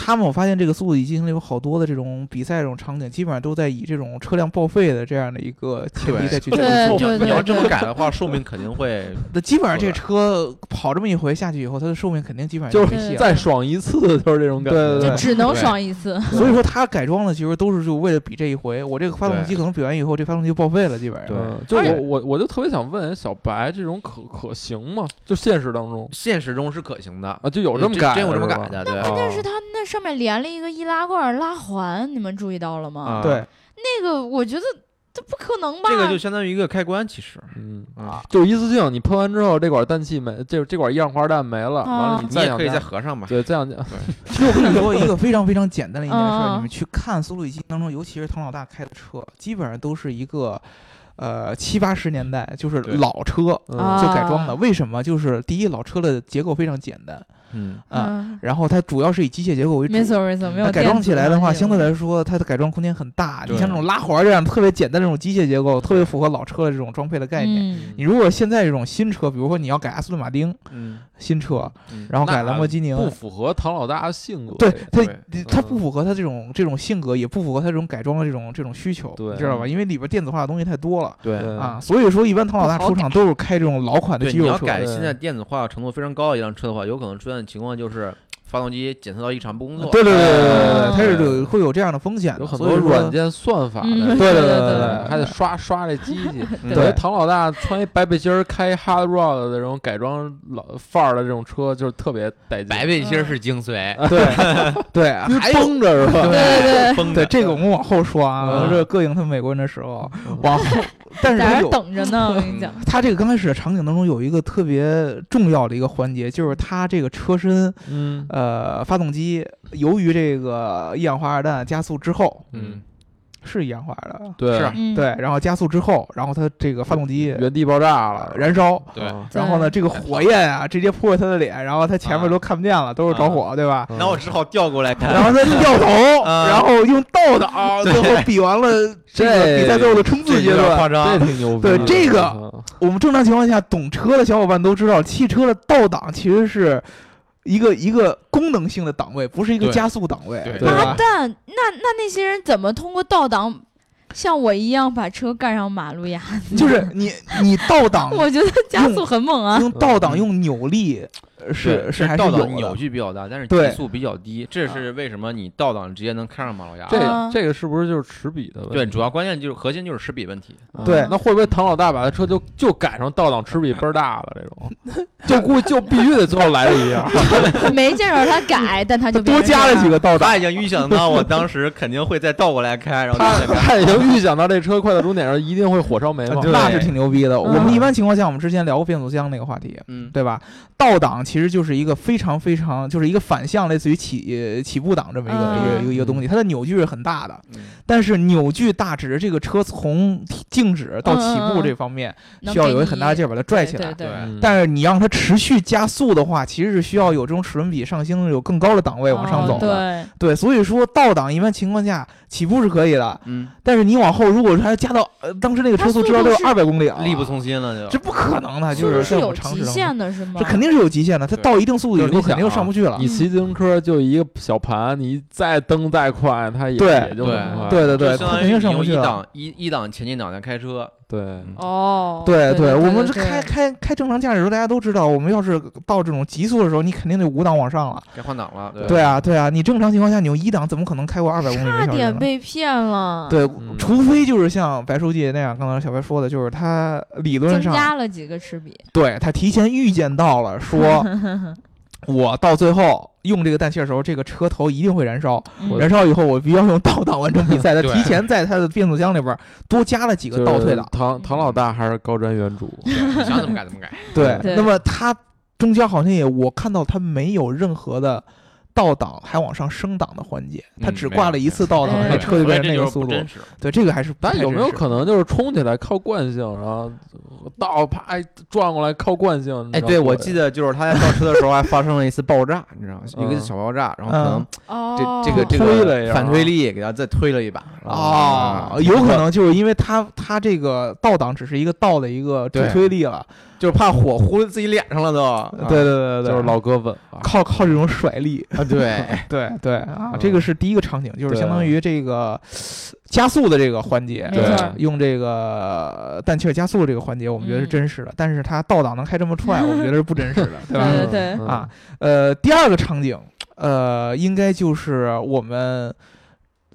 S2: 他们我发现这个《速度与激情》里有好多的这种比赛这种场景，基本上都在以这种车辆报废的这样的一个前提
S4: 对
S2: 再去
S1: 对
S2: 这么做
S1: 对对
S4: 你要这么改的话，寿命肯定会
S2: 那基本上这个车跑这么一回下去以后，它的寿命肯定基本上
S5: 就
S2: 没戏
S5: 是
S2: 了。
S5: 再爽一次， (laughs) 就是这种感觉。
S1: 就
S2: 对对对哦
S1: 只能爽一次。
S2: 所以说它改装的其实都是就为了比这一回，我这个发动机可能比完以后，这发动机就报废了，基本上。
S5: 嗯
S4: 对
S5: 就
S1: 而且
S5: 我我我就特别想问小白，这种可可行吗？就现实当中
S4: 现实中是可行的。
S5: 啊，就 (laughs) 有这么改的，
S4: 真有这么
S5: 是吧
S4: 改的，对。
S5: 啊
S1: 但是它那上面连了一个易拉罐拉环，你们注意到了吗？
S4: 啊
S2: 对，
S1: 那个我觉得这不可能吧？
S4: 这个就相当于一个开关，其实
S5: 嗯，
S4: 啊，
S5: 就一次性，你喷完之后，这管氮气没，这这管一氧化二氮没了，完了
S1: 啊
S5: 你
S4: 你
S5: 再
S4: 也
S5: 氧
S4: 可以再
S5: 加，
S4: 合上吧。
S5: 对，再氧加，
S2: 其实我跟你说一个非常非常简单的一件事
S1: 嗯嗯
S2: 儿，
S1: 嗯
S2: 你们去看《速度与激情》当中，尤其是唐老大开的车，基本上都是一个，呃，七八十年代就是
S4: 对
S2: 老车
S1: 啊
S5: 嗯
S2: 就改装的。为什么？就是第一，老车的结构非常简单
S4: 嗯，
S2: 啊，
S1: 嗯，
S2: 然后它主要是以机械结构为主。
S1: 没错没错，没有
S2: 它改装
S1: 电子
S2: 起来的话，
S1: 那种
S2: 相对来说它的改装空间很大。你
S4: 对
S2: 像这种拉环儿这样特别简单的这种机械结构，特别符合老车的这种装配的概念。
S1: 嗯
S2: 你如果现在这种新车，比如说你要改阿斯顿马丁
S4: 嗯，
S2: 新车，
S4: 嗯
S2: 然后改
S5: 那
S2: 兰博基尼，
S5: 不符合唐老大的性格。
S2: 对它
S4: 对
S2: 你它
S5: 嗯
S2: 不符合它这种这种性格，也不符合它这种改装的这种这种需求，
S5: 对
S2: 你知道吧？因为里边电子化的东西太多了
S4: 对
S5: 对
S2: 啊，所以说一般唐老大
S1: 不好
S2: 出厂都是开这种老款的
S4: 对，
S2: 肌
S4: 你
S2: 肉
S4: 要
S2: 车，
S4: 改
S5: 对
S4: 现在电子化程度非常高的一辆车的话，有可能出现的情况就是发动机检测到异常不工作。
S2: 对对对对对
S5: 嗯
S2: 对，
S1: 啊
S2: 它是有会有这样的风险的，
S5: 有很
S2: 所
S5: 多
S2: 以说
S5: 软件算法
S1: 嗯
S5: 的，
S2: 对对对对
S5: 还得刷刷这机 (laughs) 器。
S4: 嗯
S5: 我觉得
S2: 对
S5: 唐老大穿一白背心儿开 hard rod 的这种改装老范儿的这种车，就是特别带劲。
S3: 白背心儿是精
S5: 嗯
S3: 髓，
S2: 对对，还有
S5: 绷着是 (laughs) 吧？
S1: 对对
S4: 崩
S2: 对
S4: 的
S2: 这个我们往后说啊，
S5: 嗯
S2: 这膈应他们美国人的时候，往后，但
S1: 对，
S2: 是
S1: 在
S2: 它
S1: 那儿
S2: 有
S1: 等着呢，我跟你讲。
S2: 它这个刚开始的场景当中有一个特别重要的一个环节，就是它这个车身
S5: 嗯
S2: 呃发动机由于这个一氧化二氮加速之后
S5: 嗯，
S2: 是一氧化二氮。
S5: 对，
S4: 是
S1: 嗯，
S2: 对，然后加速之后，然后它这个发动机
S5: 原地爆炸
S2: 呃
S5: 了，
S2: 燃烧，
S3: 对
S5: 啊
S2: 然后呢，这个火焰啊直接扑着他的脸，然后他前面都看不见了，都是着火，对吧？
S5: 嗯
S4: 那我只好调过来 (laughs) 看。
S2: 然后他掉头，
S4: 啊
S2: 然后用倒倒，最后比完了这个
S5: 这
S2: 比赛最后的冲刺阶
S4: 有点夸
S2: 段。
S5: 这
S4: 张，
S5: 挺牛逼的。
S2: 对这个
S5: 啊
S2: 我们正常情况下懂车的小伙伴都知道，汽车的倒档其实是一个一个功能性的档位，不是一个
S4: 对
S2: 加速档位，
S4: 对啊
S2: 对
S1: 妈
S2: 吧？
S1: 蛋！啊那那那些人怎么通过倒档，像我一样把车干上马路 (laughs) 牙？
S2: 就是你你倒档
S1: (laughs) 我觉得加速很猛啊！
S2: 用倒档用扭力呃是
S4: 对
S2: 是还是
S4: 倒
S2: 有
S4: 档扭
S2: 的。
S4: 矩比较大，但是
S2: 对啊
S4: 极速比较低，这是为什么你倒档直接能开上马路牙？
S5: 这
S1: 啊
S5: 这个是不是就是齿比的问题？
S4: 对，主要关键就是核心就是齿比问题。
S5: 啊
S2: 对
S5: 那会不会唐老大把他车就就改成倒档齿比倍儿大了这种？就估计就必须得最后来这一样。
S1: (laughs) 没见着他改，但他就变
S2: 多
S1: 成
S2: 加
S1: 这
S2: 了
S1: 样
S2: 几个倒档，
S4: 他已经预想到我当时肯定会再倒过来开，然后
S5: (laughs) 他
S4: 再 (laughs) 开。
S5: 他已经预想到这车快到终点上一定会火烧眉毛。
S4: 对
S2: 那是挺牛逼的。我
S1: 嗯
S2: 们一般情况下，我们之前聊过变速箱那个话题，
S4: 嗯，
S2: 对吧？倒档其实就是一个非常非常就是一个反向，类似于起呃起步档这么一个一个
S1: 嗯
S2: 一个一个东西，它的扭矩是很大的，
S4: 嗯
S2: 但是扭矩大指这个车从静止到起
S1: 嗯嗯嗯
S2: 步这方面
S1: 能
S2: 需要
S1: 给
S2: 有一个
S1: 你
S2: 很大的劲儿把它拽起
S1: 对
S2: 来。
S1: 对对，
S5: 嗯
S2: 但是你让它持续加速的话，其实是需要有这种齿轮比上升，有更高的档位往上
S1: 哦
S2: 走的。
S1: 对，
S2: 对，所以说倒档一般情况下起步是可以的，
S4: 嗯，
S2: 但是你往后如果说还加到呃当时那个
S1: 它
S2: 车速
S1: 速
S2: 至少
S1: 度
S2: 得有
S1: 是
S2: 二百公里啊，
S4: 力不从心了
S2: 这
S4: 就。
S2: 不可能的，就
S1: 速度
S2: 是
S1: 是
S2: 在我
S1: 有
S2: 们常识
S1: 极
S2: 当中，
S1: 限的，是吗？
S2: 这肯定是有极限的，它
S4: 对
S2: 到一定速度以
S5: 就是
S2: 后
S5: 你
S2: 肯定就
S5: 想啊
S2: 上不去了
S5: 你。骑自行车就一个小盘，你再蹬再快，它也
S2: 对
S5: 也就很快。
S2: 对对对，
S4: 就相
S2: 它
S4: 当
S2: 肯
S4: 于
S2: 定
S4: 你
S2: 上不
S4: 用
S2: 去
S4: 一
S2: 了。
S4: 档一一档前进档在开车，
S5: 对
S1: 哦，
S2: 对
S1: 对，
S2: 我们
S1: 对
S2: 这开开开正常驾驶的时候，大家都知道，我们要是到这种极速的时候，你肯定得五档往上了。啊
S4: 该换挡了。
S2: 对啊，对啊，你正常情况下你用一档怎么可能开过
S1: (laughs)
S2: 二百公里每
S1: 差
S2: 小时
S1: 点
S2: 呢？
S1: 被骗了，，
S2: 对
S5: 嗯，
S2: 除非就是像白书记那样，刚才小白说的，就是他理论
S1: 增
S2: 上
S1: 加了几个齿比，
S2: 对他提前预见到
S1: (laughs)
S2: 了，说我到最后用这个氮气的时候，这个车头一定会燃烧，
S1: 嗯
S5: 我
S2: 燃烧以后我必须要用倒档完成比赛。他
S4: 对
S2: 提前在他的变速箱里边儿多加了几
S5: 就
S2: 个
S5: 是
S2: 倒退档，
S5: 唐唐老大还是高瞻远瞩。
S2: 嗯
S4: 你想怎么改
S2: (laughs)
S4: 怎么改。
S5: 对
S2: 对
S1: 对
S2: 那么他中间好像也我看到他没有任何的。倒档还往上升档的环节，它
S5: 嗯
S2: 只
S5: 没
S2: 挂
S5: 有
S2: 了一
S5: 没
S2: 次
S5: 有
S2: 倒档，
S1: 哎
S4: (laughs)
S2: 那车就
S4: 所以
S2: 变成那
S4: 这就
S2: 个
S4: 是
S2: 速
S4: 不
S2: 度
S4: 真。实，
S2: 对，这个还是不
S5: 但
S2: 太
S5: 有没有
S2: 真实
S5: 可能就是冲起来靠惯性，然后倒啪哎转过来靠惯性？你
S3: 哎，
S5: 知道
S3: 对，我
S5: 吗
S3: 记得就是他在倒车的时候还发生了一次爆炸，你知道吗？一个
S5: 嗯
S3: 小爆炸，然后可
S2: 嗯
S3: 能
S1: 哦，
S3: 这这个这
S5: 推了一下
S3: 个反推力也给他再推了一把，
S2: 啊、
S3: 啊
S2: 有可能就是因为它它这个倒档只是一个倒的一个助
S3: 对
S2: 推力了，
S3: 就是怕火呼自己脸上了都。
S2: 对对对对对，
S5: 就是老哥稳了，
S2: 靠靠这种甩力，
S3: 啊，对，
S2: 对对啊，
S5: 嗯
S2: 这个是第一个场景，就是
S5: 对
S2: 相当于这个加速的这个环节，
S1: 没
S5: 错
S2: 用这个氮气加速这个环节，我们觉得是
S1: 嗯
S2: 真实的，但是它倒档能开
S1: (laughs)
S2: 这么快，我们觉得是不真实的，对吧？
S1: 对
S5: 嗯
S1: 对
S5: 嗯
S2: 啊，呃，第二个场景，呃，应该就是我们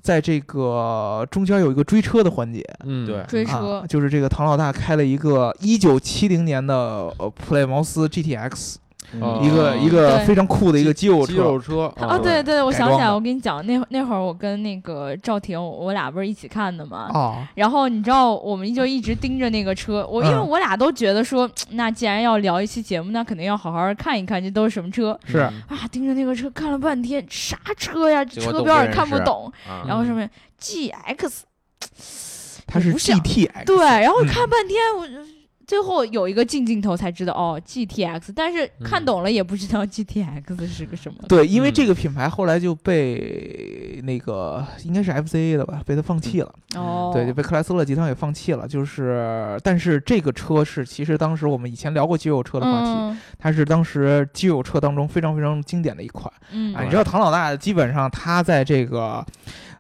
S2: 在这个中间有一个追车的环节，
S5: 嗯，
S4: 对
S1: 追
S2: 啊
S1: 车，，
S2: 就是这个唐老大开了一个一九七零年的呃普莱茅斯 GTX，、
S3: 嗯
S5: 哦
S2: 一个一个
S1: 对
S2: 非常酷的一个肌肉
S5: 肌
S2: 车
S5: 肉，车嗯
S2: 啊
S1: 哦，对对，我
S2: 改
S1: 想
S2: 装
S1: 起来，
S2: 的
S1: 我跟你讲，那那会儿我跟那个赵婷，我俩不是一起看的嘛。
S2: 啊，
S1: 然后你知道，我们就一直盯着那个车，我因为
S2: 嗯
S1: 我俩都觉得说，那既然要聊一期节目，那肯定要好好看一看这都是什么车
S2: 是
S1: 啊！盯着那个车看了半天，啥车呀？
S4: 结果
S1: 车
S4: 都
S1: 标
S4: 不
S1: 也
S4: 认
S1: 看不
S4: 识
S1: 懂，
S3: 嗯
S4: 啊，
S2: 嗯
S1: 然后上面 GX，
S2: 它是
S1: 不像
S2: GTX，
S1: 对，然后
S2: 嗯
S1: 看半天，我最后有一个近镜头才知道哦，GTX，但是看
S5: 嗯
S1: 懂了也不知道 (laughs) GTX 是个什么。
S2: 对，因为
S5: 嗯
S2: 这个品牌后来就被那个应该是 FCA 的吧，被它放弃了，
S1: 哦，
S2: 对，就被克莱斯勒集团给放弃了。就是，但是这个车是其实当时我们以前聊过肌肉车的话题，
S1: 嗯
S2: 它是当时肌肉车当中非常非常经典的一款。
S1: 嗯，
S2: 啊，你知道唐老大基本上他在这个，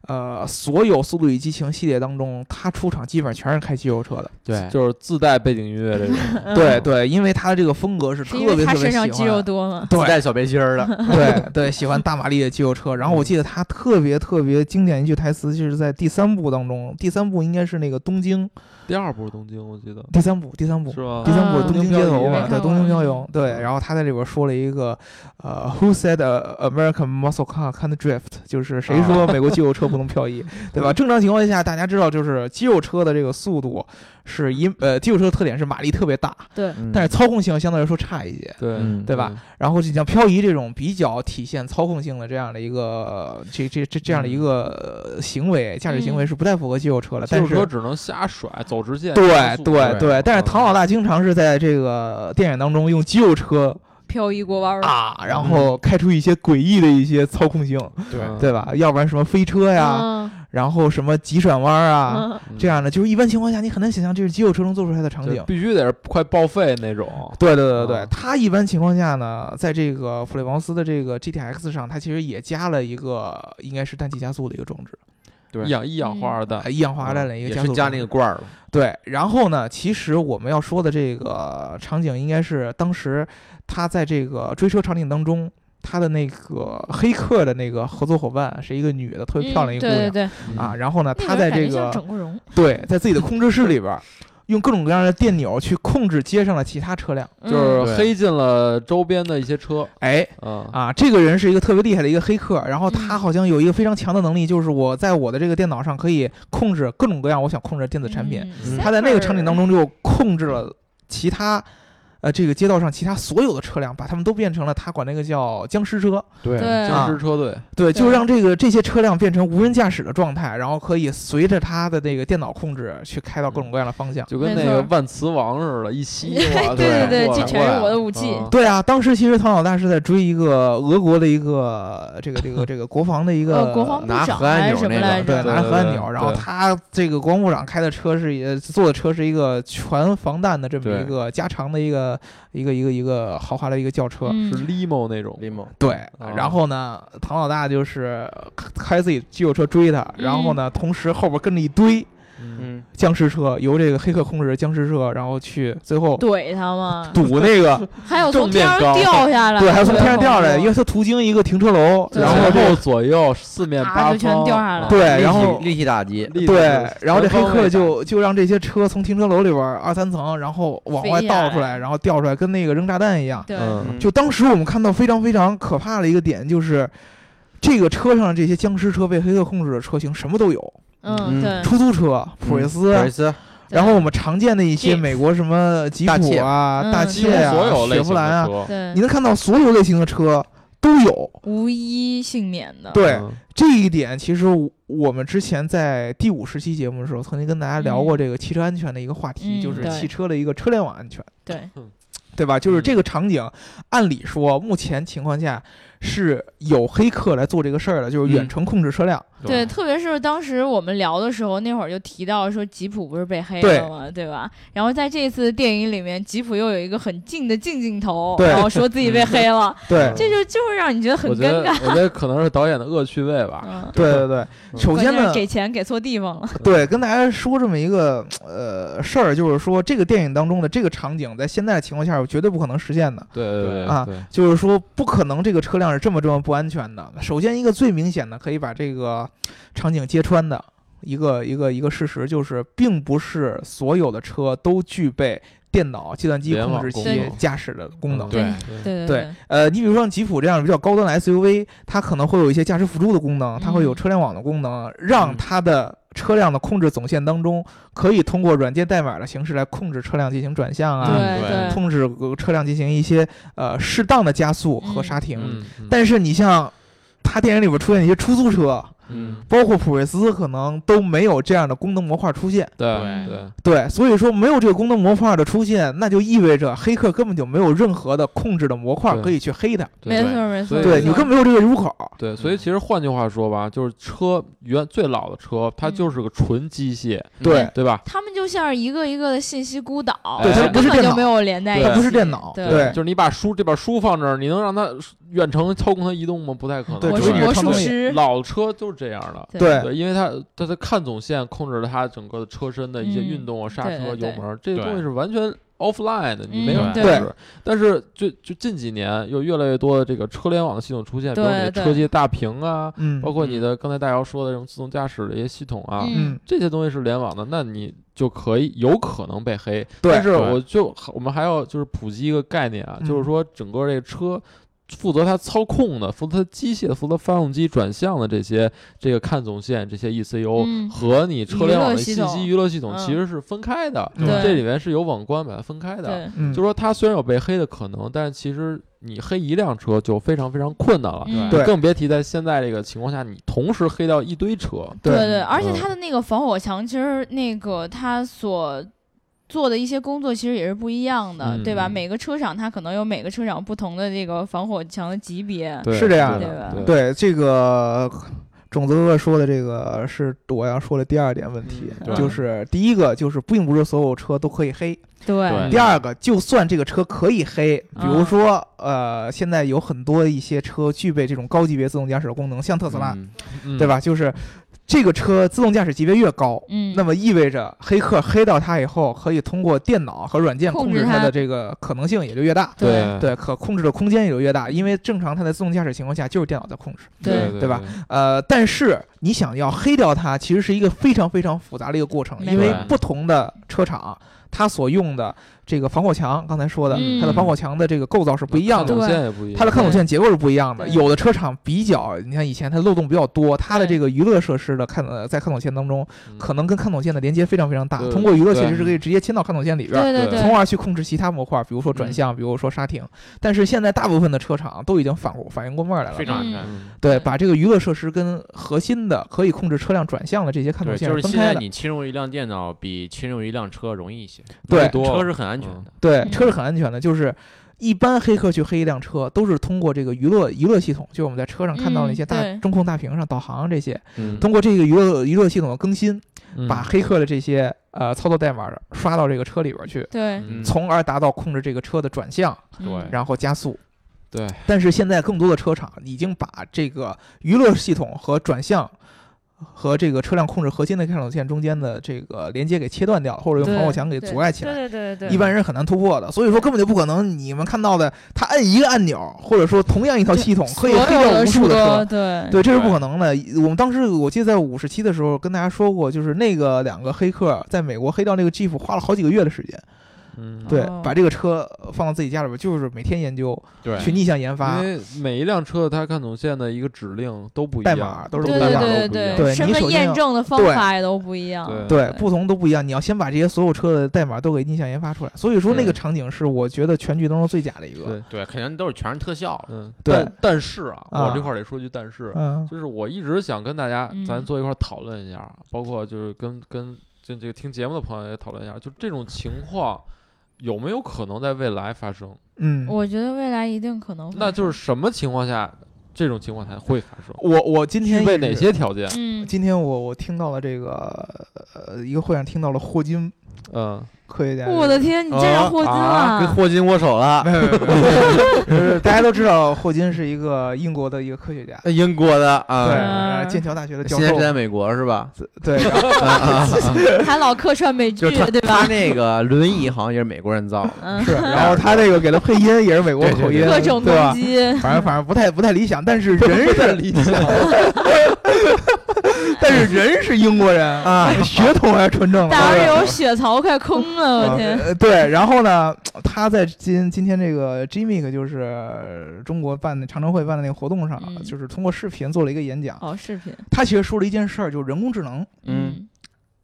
S2: 呃，所有《速度与激情》系列当中，他出场基本上全是开肌肉车的。
S3: 对
S5: 就是自带背景音乐这种，
S2: 对对，因为他的这个风格是
S1: 嗯是
S2: 特
S1: 因为
S2: 别
S1: 他
S2: 特
S1: 身
S2: 别喜
S1: 上
S2: 欢。
S1: 肌肉多吗？
S2: 对
S4: 自带小背心儿
S3: 嗯
S4: (laughs) 的，
S2: 对对，喜欢大马力的肌肉车。然后我记得他特别特别经典一句台词，就是在第三部当中，第三部应该是那个东京，
S5: 第二部东京我记得
S2: 第三部第三部
S5: 是
S2: 嗯
S5: 吧？
S2: 第三部是
S1: 啊
S2: 东京街头
S1: 没
S2: 嘛，
S1: 看
S2: 对，
S1: 过
S2: 东京郊游，对。然后他在里边说了一个，呃，Who said uh, American muscle car can't drift？就是谁说美国肌肉车不能漂移，对吧？正常情况下，大家知道，就是肌肉车的这个速度是因呃，肌肉车的特点是马力特别大，
S1: 对，
S3: 嗯
S2: 但是操控性相对来说差一些。
S5: 对
S3: 嗯
S2: 对吧？然后就像漂移这种比较体现操控性的这样的一个呃这这这这样的一个呃行为，驾驶行为是不太符合肌肉车的。
S5: 肌
S2: 但
S5: 肉
S2: 是
S5: 车只能瞎甩，走直线。加
S2: 对
S5: 速嗯
S2: 对对，但是唐老
S5: 大
S2: 大经常是在这个电影当中用肌肉车
S1: 漂移过弯儿，
S2: 啊，然后开出一些诡异的一些操控性，对吧？要不然什么飞车呀，
S1: 嗯
S2: 然后什么急转弯啊，
S1: 嗯
S2: 这样的，就是一般情况下你很难想象这是肌肉车能做出来的场景。
S5: 必须得是快报废那种。
S2: 对对对对对
S5: 啊，
S2: 它一般情况下呢，在这个普雷茅斯的这个 GTX 上，它其实也加了一个应该是氮气加速的一个装置，
S3: 对
S5: 一氧一氧化二氮
S1: 哎
S2: 啊，一氧化二氮的一个
S4: 哦也
S2: 加速
S4: 是
S2: 装置。
S4: 加那个罐儿了，
S2: 对，然后呢，其实我们要说的这个场景，应该是当时他在这个追车场景当中，他的那个黑客的那个合作伙伴是一个女的，特别漂亮一个姑
S1: 嗯对对
S2: 娘、
S1: 对，
S2: 啊。然后呢，
S1: 那
S2: 他
S1: 人
S2: 在
S1: 感
S2: 这
S1: 觉像
S2: 个
S1: 整过容，
S2: 对，在自己的控制室里边儿，用各种各样的电钮去控制街上的其他车辆。
S5: 就
S1: 嗯
S5: 是黑进了周边的一些车，
S2: 哎，
S5: 嗯，
S2: 啊，这个人是一个特别厉害的一个黑客，然后他
S1: 嗯
S2: 好像有一个非常强的能力，就是我在我的这个电脑上可以控制各种各样我想控制的电子产品。
S1: 嗯
S2: 他在那个场景当
S1: Zapper
S2: 中就控制了其他，呃，这个街道上其他所有的车辆，把他们都变成了他管那个叫僵尸车，
S3: 对
S1: 对
S5: 僵尸车队，
S2: 对，就
S1: 对
S2: 让这个这些车辆变成无人驾驶的状态，然后可以随着他的那个电脑控制去开到各种各样的方向。
S5: 就跟
S1: 没
S5: 那个
S1: 错
S5: 万磁王似的，
S1: (laughs)
S5: 一吸，哇
S1: 啊对对对
S5: 过来
S1: 这全是
S5: 过来
S1: 我的武器
S5: 啊
S2: 对啊，当时其实唐老大是在追一个俄国的一个这个这个这个国防的一个
S1: 呃国防部
S4: 拿
S1: 长
S4: 核按
S1: 还是
S4: 钮
S1: 什么
S4: 那个
S1: 来
S2: 对，
S1: 着？
S2: 拿着
S5: 对
S2: 核按
S5: 对
S2: 钮，
S5: 对
S2: 然后他这个国防部长开的车是也坐的车是一个全防弹的这么
S5: 对
S2: 一个加长的一个一个一个一个豪华的一个轿车，
S1: 嗯
S5: 是 limo 那种，
S4: limo，
S2: 对，
S5: 啊
S2: 然后呢，唐老大就是开开自己肌肉车追他，然后呢，同时后边跟着一堆
S5: 嗯，
S4: 嗯，
S2: 僵尸车，由这个黑客控制的僵尸车，然后去最后
S1: 怼他嘛，
S2: (laughs) 堵那个，
S1: 还有从
S5: 正
S1: 天上
S5: 面刚
S1: 掉下来，
S2: 对，还从天上掉下来，因
S1: 又
S2: 为他途经一个停车楼，
S1: 对
S2: 然后
S5: 前
S2: 这
S5: 后左右四面
S1: 啊
S5: 八
S1: 就
S5: 方
S1: 全掉下来了
S5: 啊
S2: 对，
S4: 立
S3: 哎
S2: 然
S4: 体
S2: 后
S4: 立体打击，
S5: 立
S2: 对
S5: 着，
S2: 然后这
S5: 全
S2: 黑
S5: 方
S2: 客
S5: 位打
S2: 就就让这些车从停车楼里边儿二三层，然后往外
S1: 飞下
S2: 倒出
S1: 来
S2: 来，然后掉出来，跟那个扔炸弹一样。
S1: 对，
S5: 嗯
S2: 就当时我们看到非常非常可怕的一个点，就是这个车上的这些僵尸车被黑客控制的车型什么都有，
S1: 嗯
S4: 嗯
S1: 对，
S2: 出租车、普锐斯，啊
S4: 普锐
S3: 啊
S4: 斯，
S2: 然后我们常见的一些
S1: Jeep
S2: 美国什么吉
S4: 大
S2: 普
S4: 切
S2: 啊、
S1: 嗯
S2: 大
S1: 几
S5: 几乎
S2: 切啊、
S5: 所有类
S2: 雪
S5: 型
S2: 佛兰
S5: 的
S2: 啊，
S5: 车，
S1: 对
S2: 你能看到所有类型的车都有。
S1: 无一幸免的。
S2: 对
S5: 嗯
S2: 这一点，其实我我们之前在第五十期节目的时候，曾经跟大家聊过这个汽车安全的一个话题，
S1: 嗯
S2: 就是
S1: 对
S2: 汽车的一个车联网安全，
S1: 对
S2: 对吧？就是
S4: 嗯
S2: 这个场景，按理说目前情况下是有黑客来做这个事儿的，就是远
S4: 嗯
S2: 程控制车辆。
S1: 对，特别是当时我们聊的时候，那会儿就提到说吉普不是被黑
S2: 对
S1: 了吗？对吧？然后在这次电影里面，吉普又有一个很近的近镜头，
S2: 对
S1: 然后说自己被黑
S2: (laughs)
S1: 了，
S2: 对
S5: 嗯
S1: 这就就会让你觉得很
S5: 我觉得
S1: 尴尬。
S5: 我觉得可能是导演的恶趣味吧。
S1: 嗯，
S2: 对对对，啊首
S1: 关
S2: 先
S1: 键是，
S2: 呢
S1: 给钱给错地方了。
S2: 对，跟大家说这么一个呃事儿，就是说这个电影当中的这个场景，在现在的情况下是绝对不可能实现的。
S5: 对对对
S2: 啊
S5: 对，
S1: 嗯
S2: 就是说，不可能这个车辆是这么这么不安全的。首先，一个最明显的可以把这个场景揭穿的一个一个一个事实，就是并不是所有的车都具备电脑、计算机
S5: 联
S2: 控
S5: 网
S2: 制
S5: 功
S2: 器
S5: 能
S2: 驾驶的功能。
S5: 嗯
S1: 对对
S5: 对
S2: 对
S1: 对，
S2: 呃，你比如像吉普这样比较高端的 SUV，它可能会有一些驾驶辅助的功能，它会有
S1: 嗯
S2: 车联网的功能，让
S4: 嗯
S2: 它的车辆的控制总线当中，可以通过软件代码的形式来控制车辆进行转向啊，
S1: 对
S5: 对
S1: 对
S2: 控制呃车辆进行一些呃适当的加速和
S1: 嗯
S2: 刹停。
S5: 嗯，
S2: 但是你像它电影里边出现一些出租车，
S5: 嗯，
S2: 包括普锐斯，可能都没有这样的功能模块出现。
S5: 对
S1: 对
S5: 对
S2: 对，所以说没有这个功能模块的出现，那就意味着黑客根本就没有任何的控制的模块
S5: 对
S2: 可以去黑它。
S1: 没
S5: 对
S1: 错没错。
S5: 所以
S2: 对
S5: 就
S2: 你根本没有这个入口。
S5: 对，
S2: 嗯
S5: 所以其实换句话说吧，就是车原最老的车，它
S1: 嗯
S5: 就是个纯机械，
S2: 对，
S5: 对吧？
S1: 他们就像是一个一个的信息孤岛，
S5: 对它
S2: 不
S1: 根
S2: 是
S1: 本
S2: 电
S1: 就
S2: 脑
S1: 没有连在一起。
S5: 它
S2: 不是电脑
S1: 对
S2: 对
S5: 就是你把书这本书放这儿，你能让它远程操控它移动吗？不太可能。
S2: 对
S1: 我
S2: 除
S1: 是
S2: 非你是
S1: 魔
S2: 长
S1: 术
S2: 动力
S1: 师。
S5: 老车就是这样的。
S2: 对
S5: 对，因为它它的看总线控制了它整个的车身的一些
S1: 嗯
S5: 运动啊、刹
S1: 对
S5: 车、
S1: 对
S5: 油
S1: 对
S5: 门儿，这些东西是完全 offline 的，你没有
S1: 嗯
S5: 控
S1: 对
S5: 制。但是就就近几年，有越来越多的这个车联网的系统出现，比如你
S1: 对
S5: 的
S1: 对
S5: 车机大屏啊，
S2: 嗯
S5: 包括你的刚才大姚说的这种自动驾驶的一些系统啊，
S1: 嗯
S2: 嗯，
S5: 这些东西是联网的，那你就可以有可能被黑。
S2: 对
S5: 但是
S3: 对
S5: 我就我们还要就是普及一个概念啊，
S2: 嗯
S5: 就是说整个这个车。负责它操控的、负责它机械的、负责发动机转向的这些这个看总线、这些 ECU、
S1: 嗯
S5: 和你车联网的信
S1: 娱乐系统
S5: 息娱乐系统
S1: 嗯
S5: 其实是分开的，
S2: 对
S5: 这里面是有网关把它分开的。
S1: 对，
S2: 嗯，
S5: 就是说它虽然有被黑的可能，但是其实你黑一辆车就非常非常困难了，
S1: 嗯
S3: 对
S5: 更别提在现在这个情况下，你同时黑掉一堆车。
S1: 对
S2: 对
S1: 对，而且
S5: 嗯
S1: 它的那个防火墙，其实那个它所做的一些工作其实也是不一样的，对吧？
S5: 嗯
S1: 每个车厂它可能有每个车厂不同的这个防火墙的级别。
S5: 对
S2: 是这样
S1: 的
S5: 吧
S1: 对
S2: 对这个种子哥哥说的这个是我要说的第二点问题，
S5: 嗯对
S2: 就是第一个就是并不是所有车都可以黑，
S1: 对
S5: 嗯
S3: 对
S2: 第二个就算这个车可以黑，比如说、
S5: 嗯
S2: 呃现在有很多一些车具备这种高级别自动驾驶功能，像特斯拉，
S5: 嗯
S2: 对？吧？就是这个车自动驾驶级别越高。
S1: 嗯，
S2: 那么意味着黑客黑到它以后，可以通过电脑和软件
S1: 控
S2: 控
S1: 制
S2: 制
S1: 它
S2: 它的这个可能性也就越大。
S5: 哎
S1: 对
S2: 对，可控制的空间也就越大，因为正常它在自动驾驶情况下就是电脑在控制。
S1: 对
S5: 对
S2: 对吧？呃，但是你想要黑掉它，其实是一个非常非常复杂的一个过程，
S1: 没
S2: 因为
S5: 错
S2: 不同的车厂它所用的这个防火墙，刚才说的，它的
S1: 嗯
S2: 防火墙的这个构造是不一样的
S5: 看。
S1: 对
S5: 总线也不一样。
S2: 它的看
S1: 口
S2: 孔线结构是不一样的，
S1: 对
S2: 有的车厂比较，你像以前它漏洞比较多，它的
S1: 对
S2: 这个娱乐设施的看呃在看孔线当中，
S5: 嗯
S2: 可能跟看孔线的连接非常非常大，
S5: 对
S2: 通过娱乐
S5: 对
S2: 设施是可以直接牵到看孔线里边儿，
S1: 对对
S5: 对
S2: 呃从而去控制其他模块，比如说
S4: 嗯
S2: 转向，比如说刹停。但是现在大部分的车厂都已经反过反应过味儿来了，
S4: 非常安全。
S5: 嗯
S2: 对，
S1: 对
S2: 把这个娱乐设施跟核心的可以控制车辆转向的这些看
S4: 对，
S2: 孔线
S4: 就是
S2: 分
S4: 现
S2: 开
S4: 在
S2: 的。
S4: 你侵入一辆电脑比侵入一辆车容易一些，
S2: 对
S5: 最多
S4: 车是很安全的。
S2: 对
S1: 嗯，
S2: 车是很安全的，就是一般黑客去黑一辆车，都是通过这个娱乐娱乐系统，就是我们在车上看到那些
S1: 嗯
S2: 大、
S1: 对
S2: 中控大屏上导航这些，
S5: 嗯
S2: 通过这个娱乐娱乐系统的更新，
S5: 嗯
S2: 把黑客的这些呃操作代码刷到这个车里边去。
S1: 对，
S4: 嗯
S2: 从而达到控制这个车的转向，
S1: 嗯
S4: 对
S2: 然后加速。
S5: 对
S2: 但是现在更多的车厂已经把这个娱乐系统和转向和这个车辆控制核心的看守线中间的这个连接给切断掉，或者用防火墙给阻碍起来。
S1: 嗯对对对对，
S2: 一般人很难突破的，所以说根本就不可能。你们看到的，他摁一个按钮，或者说同样一套系统可以黑
S1: 所有
S2: 掉无数的
S1: 车，
S2: 车，
S1: 对
S2: 对，这是不
S4: 对
S2: 可能的。我们当时我记得在五十期的时候跟大家说过，就是那个两个黑客在美国黑掉那个 Jeep 花了好几个月的时间，
S5: 嗯，
S2: 对
S1: 哦，
S2: 把这个车放到自己家里边，就是每天研究，
S5: 对
S2: 去逆向研
S1: 嗯
S2: 发
S5: 因。为每一辆车它看总线的一个指令都不一
S2: 代
S5: 样，
S2: 码都是
S1: 对
S2: 不一样
S1: 对
S5: 都不一
S1: 对
S5: 样
S2: 对
S1: 身
S2: 你
S1: 份
S2: 首先
S1: 验
S2: 要
S1: 证的方
S2: 对
S1: 法也都不一样。
S5: 对
S2: 对，不同都不一样。你要先把这些所有车的代码都给逆向研发出来，所以说那
S5: 对
S2: 个场景是我觉得全剧当中最假的一个。
S5: 对，
S4: 对，肯定都是全是特效了。
S5: 嗯，
S2: 对
S5: 但但是啊，
S2: 啊
S5: 我这块儿得说句但是，
S2: 嗯，
S5: 就是我一直想跟大家
S1: 嗯
S5: 咱坐一块儿讨论一下，包括就是跟跟就这个听节目的朋友也讨论一下，就这种情况有没有可能在未来发生？
S2: 嗯，
S1: 我觉得未来一定可能发
S5: 那就是
S1: 生
S5: 什么情况下这种情况才会发生？
S2: 我我今天
S5: 具备哪
S2: 一直
S5: 些条件？
S1: 嗯，
S2: 今天我我听到了这个呃一个会上听到了霍金
S5: 嗯，
S2: 科学家，
S1: 我的天，你真让霍金
S3: 啊，跟
S1: 了！
S3: 霍金握手了
S2: 没。有没有没有 (laughs) 就是大家都知道霍金是一个英国的一个科学家，
S3: 呃英国的
S1: 嗯
S2: 对，
S3: 啊，
S2: 呃剑桥大学的教
S3: 现在
S2: 授
S3: 是，在美国是吧？嗯
S2: 对，然后
S1: 还老客串美剧
S3: 就是他，
S1: 对
S3: 他
S1: 吧？
S3: 那个轮椅好像也是美国人造的。
S1: 嗯，
S2: 是，然后他这个给他配音也是美国口音，
S1: 各种
S2: 对
S1: 攻
S2: 吧？
S1: 击，
S2: 反正反正不太不太理想，但是 (laughs) 人是理想，但是人是英国人啊，血统还是纯正的。
S1: 打
S2: 对
S1: 的
S2: 吧
S1: 有血槽快空了，我天！
S2: 呃，对，然后呢，他在今今天这个 GMIC 就是呃中国办的常常会办的那个活动上，
S1: 嗯
S2: 就是通过视频做了一个演讲。
S1: 哦，视频，
S2: 他其实说了一件事儿，就是人工智能
S3: 嗯，